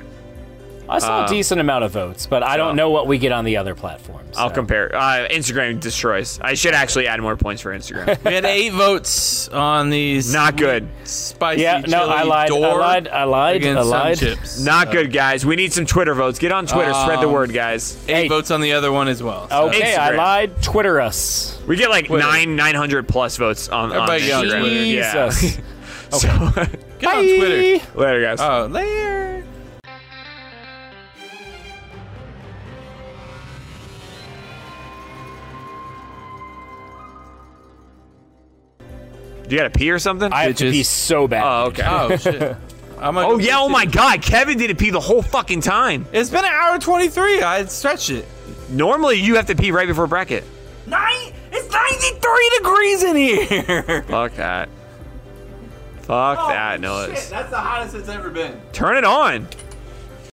S3: I saw
S2: Uh,
S3: a decent amount of votes, but I don't know what we get on the other platforms.
S2: I'll compare. Uh, Instagram destroys. I should actually add more points for Instagram.
S1: we had eight votes on these.
S2: Not good.
S1: Spicy.
S3: Yeah, no,
S1: chili
S3: I lied, I
S1: door
S3: lied, I lied,
S1: against
S3: I
S1: some
S3: lied.
S1: chips.
S2: Not
S1: So,
S2: good, guys. We need some Twitter votes. Get on Twitter. spread the
S1: Um,
S2: word, guys.
S1: Eight votes on the other one as well. so-
S3: Okay, I lied. Twitter us.
S2: We get like
S1: Twitter.
S2: nine nine hundred plus votes on, on
S1: Everybody get on
S2: Instagram.
S1: Twitter.
S2: Yeah.
S1: Jesus.
S2: so,
S1: Get on Twitter.
S2: later, guys.
S3: Uh,
S1: Oh, later.
S2: You gotta pee or something?
S3: I have to Bitches. pee so bad.
S2: Oh, okay.
S1: Oh, shit. I'm gonna
S2: oh
S1: go
S2: yeah.
S1: pee
S2: Oh
S1: too.
S2: my God. Kevin didn't pee the whole fucking time.
S1: It's been an hour twenty three. I stretched it.
S2: Normally you have to pee right before bracket.
S1: Nine. It's ninety three degrees in here. Oh,
S2: Fuck that. Fuck that noise.
S1: That's the hottest it's ever been.
S2: Turn it on.